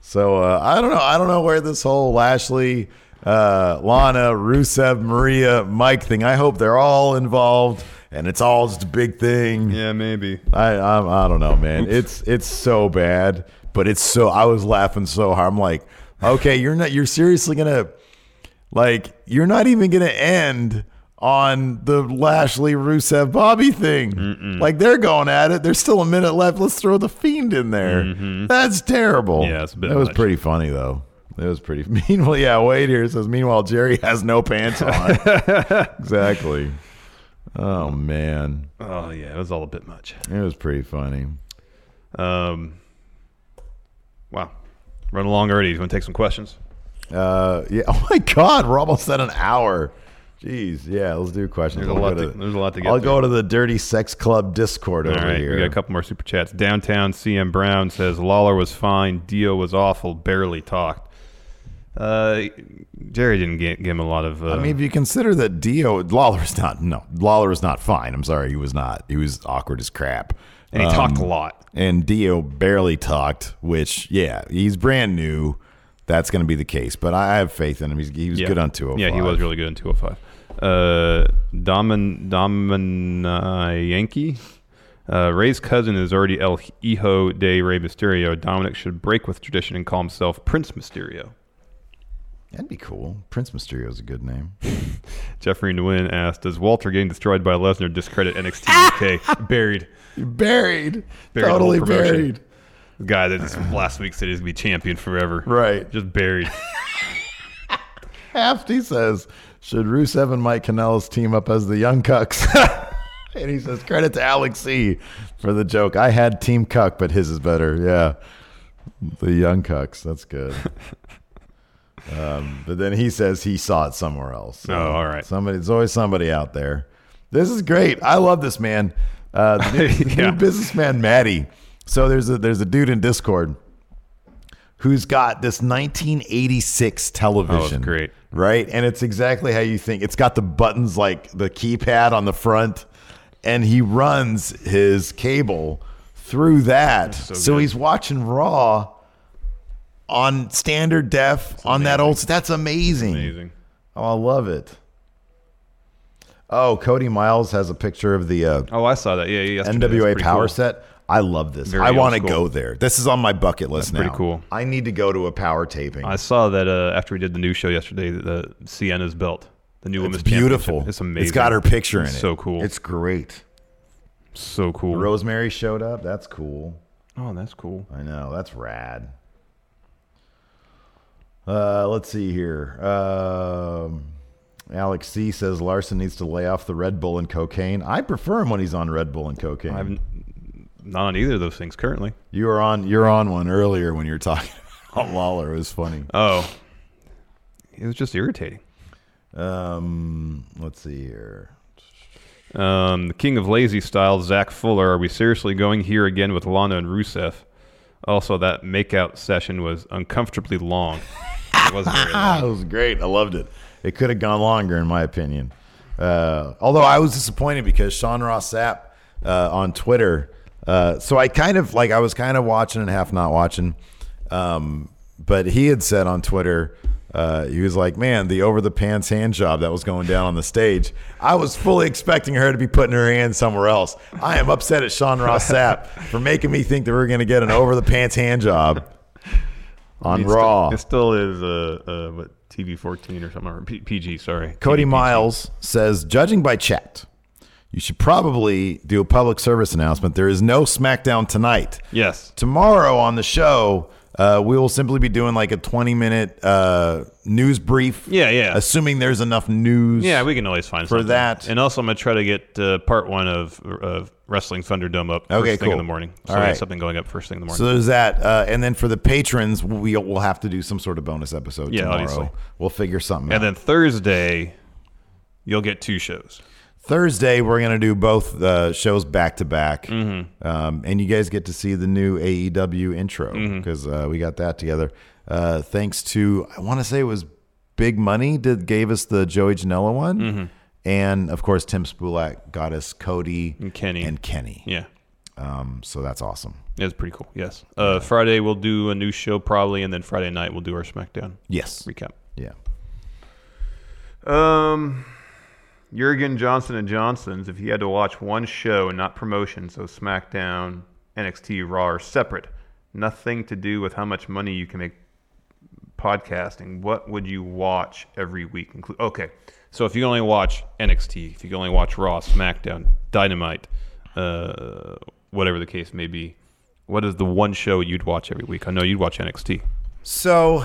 D: So uh, I don't know. I don't know where this whole Lashley, uh, Lana, Rusev, Maria, Mike thing. I hope they're all involved, and it's all just a big thing.
E: Yeah, maybe.
D: I I'm, I don't know, man. It's it's so bad, but it's so. I was laughing so hard. I'm like, okay, you're not. You're seriously gonna like. You're not even gonna end on the Lashley Rusev Bobby thing. Like they're going at it. There's still a minute left. Let's throw the fiend in there. That's terrible.
E: Mm-hmm. Yeah, it's a bit
D: That was
E: much.
D: pretty funny though. It was pretty. Meanwhile, yeah. Wade here says. Meanwhile, Jerry has no pants on. exactly. Oh man.
E: Oh, yeah. It was all a bit much.
D: It was pretty funny.
E: Um, wow. Run along already. You want to take some questions?
D: Uh, yeah. Oh my God, we're almost at an hour. Jeez. Yeah, let's do questions.
E: There's a
D: I'll
E: lot
D: go
E: to- there's a lot to get
D: I'll go to
E: through.
D: the Dirty Sex Club Discord
E: All
D: over
E: right.
D: here.
E: We got a couple more super chats. Downtown CM Brown says Lawler was fine. Dio was awful. Barely talked. Uh, Jerry didn't get, give him a lot of. Uh,
D: I mean, if you consider that Dio Lawler's not no Lawler is not fine. I'm sorry, he was not. He was awkward as crap, Um,
E: And he talked a lot.
D: And Dio barely talked, which yeah, he's brand new. That's going to be the case, but I I have faith in him. He's, he was
E: yeah.
D: good on 205.
E: Yeah, he was really good on 205. Uh, Domin Dominayanki. Uh, Ray's cousin is already El Hijo de Rey Mysterio. Dominic should break with tradition and call himself Prince Mysterio.
D: That'd be cool. Prince Mysterio is a good name.
E: Jeffrey Nguyen asked, "Does Walter getting destroyed by Lesnar discredit NXT UK? buried,
D: buried,
E: buried the
D: totally
E: whole promotion.
D: buried.
E: The guy that just last week said he's gonna be champion forever,
D: Right.
E: Just buried.
D: Hafty says, should Rusev and Mike Canellis team up as the Young Cucks? and he says, credit to Alex C for the joke. I had Team Cuck, but his is better. Yeah. The Young Cucks. That's good. um, but then he says he saw it somewhere else.
E: Oh, all right.
D: Somebody, there's always somebody out there. This is great. I love this man. Uh, the new, the new
E: Yeah.
D: businessman Maddie. So there's a there's a dude in Discord who's got this 1986 television.
E: great.
D: Right? And it's exactly how you think. It's got the buttons like the keypad on the front, and he runs his cable through that. So, he's watching Raw on standard def on that old. That's amazing.
E: Amazing.
D: Oh, I love it. Oh, Cody Miles has a picture of the uh,
E: Oh, I saw that. Yeah, yeah. yesterday. That's
D: NWA
E: pretty
D: Power
E: cool.
D: Set. I love this.
E: Very
D: I want to
E: old school.
D: go there. This is on my bucket list
E: That's
D: now.
E: pretty cool.
D: I need to go to a power taping.
E: I saw that uh, after we did the new show yesterday, the Sienna's belt. the new
D: It's
E: women's
D: beautiful.
E: championship. It's amazing.
D: It's got her picture in
E: It's
D: it.
E: So cool.
D: It's great.
E: So cool.
D: Rosemary showed up. That's cool.
E: Oh, that's cool.
D: I know. That's rad. Uh, let's see here. Um, Alex C says Larson needs to lay off the Red Bull and cocaine. I prefer him when he's on Red Bull and cocaine.
E: I'm not on either of those things currently.
D: You were on. You're on one earlier when you were talking about Lawler. It was funny.
E: Oh, it was just irritating.
D: Um, let's see here.
E: Um, the king of lazy style, Zach Fuller. Are we seriously going here again with Lana and Rusev? Also, that makeout session was uncomfortably long. It wasn't very long.
D: Ah, it was great. I loved it. It could have gone longer, in my opinion. Uh, although I was disappointed because Sean Ross Sapp uh, on Twitter. Uh, so I kind of like I was kind of watching and half not watching, um, but he had said on Twitter. Uh, he was like, "Man, the over the pants hand job that was going down on the stage. I was fully expecting her to be putting her hand somewhere else. I am upset at Sean Ross Sapp for making me think that we are going to get an over the pants hand job on
E: It still-
D: Raw."
E: it still is uh, uh, what TV fourteen or something or P- PG. Sorry,
D: Cody Miles says, judging by chat, you should probably do a public service announcement. There is no SmackDown tonight.
E: Yes.
D: Tomorrow on the show, uh, we will simply be doing like a 20 minute uh, news brief.
E: Yeah, yeah.
D: Assuming there's enough news.
E: Yeah, we can always find
D: For
E: something.
D: that.
E: And also, I'm gonna try to get uh, part one of of Wrestling Thunderdome up first
D: Okay,
E: thing in
D: cool.
E: the morning. So
D: All
E: we have
D: right.
E: something going up first thing in the morning.
D: So there's that. Uh, and then for the patrons, we will have to do some sort of bonus episode
E: Yeah,
D: tomorrow.
E: obviously.
D: We'll figure something out.
E: and then Thursday, you'll get two shows.
D: Thursday, we're going to do both uh, shows back to back.
E: Mm-hmm.
D: Um, And you guys get to see the new AEW intro
E: Mm-hmm.
D: because uh, we got that together. Uh, thanks to, I want to say it was Big Money did gave us the Joey Janela one.
E: Mm-hmm.
D: And of course, Tim Spulak got us Cody
E: And Kenny.
D: And Kenny.
E: Yeah,
D: Um, so that's awesome.
E: it's pretty cool. Yes. Uh, Friday we'll do a new show probably, and then Friday night we'll do our SmackDown
D: Yes.
E: recap.
D: Yeah.
E: Um, Jurgen Johnson and Johnson's. If he had to watch one show and not promotion, so SmackDown, NXT, Raw are separate. Nothing to do with how much money you can make podcasting. What would you watch every week? Inclu- okay, so if you only watch NXT, if you only watch Raw, SmackDown, Dynamite, uh, whatever the case may be, what is the one show you'd watch every week? I know you'd watch NXT.
D: So,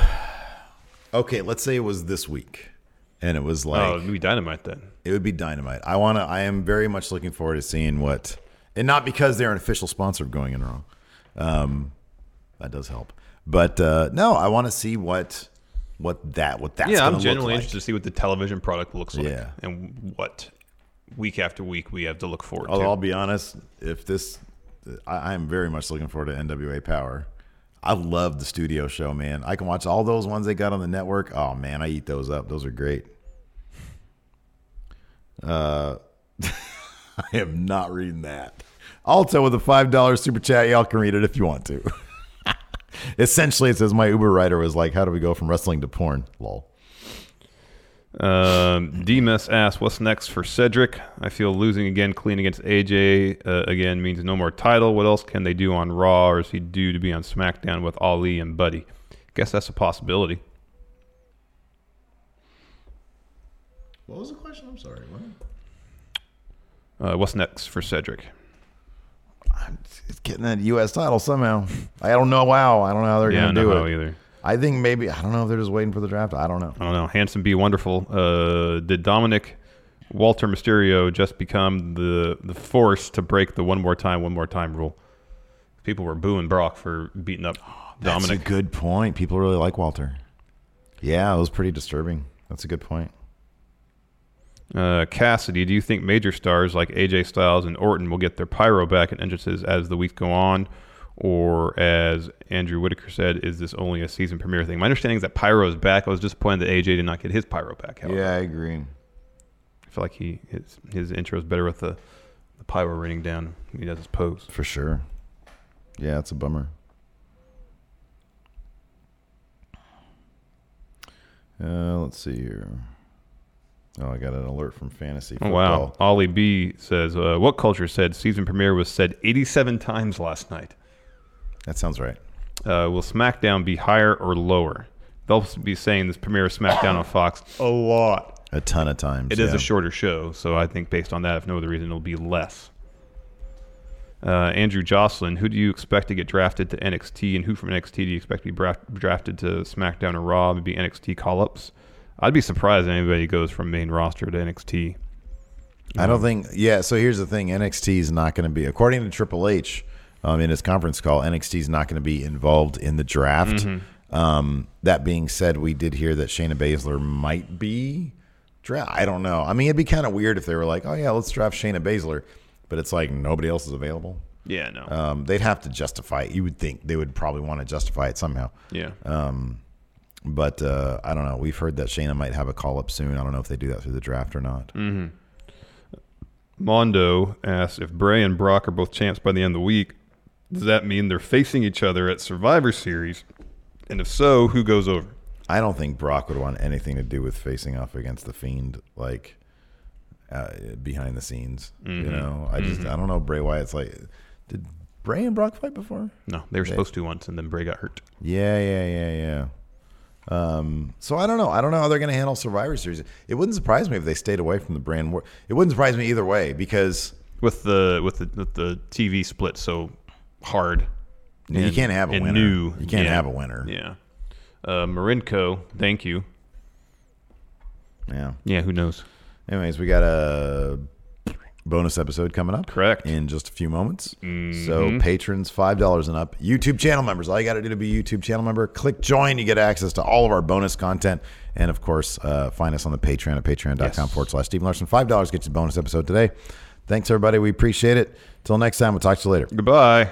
D: okay, let's say it was this week and it was like.
E: oh, maybe Dynamite then.
D: It would be dynamite. I want to. I am very much looking forward to seeing what, and not because they're an official sponsor of Going In Wrong. Um, that does help, but uh, no, I want to see what what that what that's.
E: yeah,
D: gonna
E: I'm genuinely
D: look like.
E: interested to see what the television product looks like
D: Yeah.
E: and what week after week we have to look forward
D: Although
E: to.
D: I'll be honest, if this, I, I'm very much looking forward to NWA Power. I love the studio show, man. I can watch all those ones they got on the network. Oh man, I eat those up. Those are great. Uh, I am not reading that. Also, with a five dollar super chat, y'all can read it if you want to. Essentially, it says my Uber rider was like, "How do we go from wrestling to porn?" Lol.
E: Um, Demas asks, "What's next for Cedric? I feel losing again, clean against AJ uh, again means no more title. What else can they do on Raw, or is he due to be on SmackDown with Ali and Buddy? Guess that's a possibility.
D: What was the question? I'm sorry. What?
E: Uh, what's next for Cedric?
D: It's getting that U.S. title somehow. I don't know how. I don't know how they're
E: yeah, I
D: going to
E: don't
D: do
E: know
D: it.
E: how either.
D: I think maybe I don't know if they're just waiting for the draft. I don't know.
E: I don't know. Handsome be wonderful. Uh, did Dominic Walter Mysterio just become the the force to break the one more time, one more time rule? People were booing Brock for beating up Dominic.
D: That's a good point. People really like Walter. Yeah, it was pretty disturbing. That's a good point.
E: Uh, Cassidy, do you think major stars like AJ Styles and Orton will get their pyro back in entrances as the weeks go on? Or as Andrew Whitaker said, is this only a season premiere thing? My understanding is that pyro is back. I was disappointed that AJ did not get his pyro back. However.
D: Yeah, I agree.
E: I feel like he his, his intro is better with the, the pyro raining down when he does his pose.
D: For sure. Yeah, it's a bummer. Uh, let's see here. Oh, I got an alert from fantasy.
E: Oh,
D: Football.
E: wow. Ollie B says, uh, What Culture said season premiere was said 87 times last night.
D: That sounds right.
E: Uh, will SmackDown be higher or lower? They'll be saying this premiere of SmackDown on Fox a lot.
D: a ton of times.
E: It is
D: yeah.
E: a shorter show, so I think based on that, if no other reason, it'll be less. Uh, Andrew Jocelyn, who do you expect to get drafted to NXT, and who from NXT do you expect to be braf- drafted to SmackDown or Raw? Would be NXT call-ups. I'd be surprised if anybody goes from main roster to NXT.
D: I don't think. Yeah. So here's the thing: NXT is not going to be, according to Triple H, um, in his conference call, NXT is not going to be involved in the draft.
E: Mhm.
D: Um, that being said, we did hear that Shayna Baszler might be draft. I don't know. I mean, it'd be kind of weird if they were like, "Oh yeah, let's draft Shayna Baszler," but it's like nobody else is available.
E: Yeah, no.
D: Um, they'd have to justify it. You would think they would probably want to justify it somehow.
E: Yeah.
D: Um, but uh, I don't know. We've heard that Shayna might have a call up soon. I don't know if they do that through the draft or not.
E: Mm-hmm. Mondo asks if Bray and Brock are both champs by the end of the week. Does that mean they're facing each other at Survivor Series? And if so, who goes over?
D: I don't think Brock would want anything to do with facing off against the Fiend, like uh, behind the scenes. You
E: Mhm.
D: know, I just
E: Mhm.
D: I don't know Bray Wyatt's like. Did Bray and Brock fight before?
E: No, they were supposed to once, and then Bray got hurt.
D: Yeah, yeah, yeah, yeah. Um, so I don't know. I don't know how they're going to handle Survivor Series. It wouldn't surprise me if they stayed away from the brand war. It wouldn't surprise me either way because
E: with the with the with the TV split so hard,
D: Yeah, you can't have a
E: and
D: winner.
E: New,
D: You can't
E: yeah.
D: have a winner.
E: Yeah, uh, Marinko, thank you.
D: Yeah.
E: Yeah, who knows?
D: Anyways, we got a bonus episode coming up.
E: Correct.
D: In just a few moments. So
E: Mhm.
D: patrons five dollars and up, YouTube channel members. All you got to do to be a YouTube channel member, click join. You get access to all of our bonus content, and of course, uh, find us on the Patreon at patreon.com forward slash Stephen Larson. Five dollars gets you the bonus episode today. Thanks everybody. We appreciate it. Till next time, we'll talk to you later.
E: Goodbye.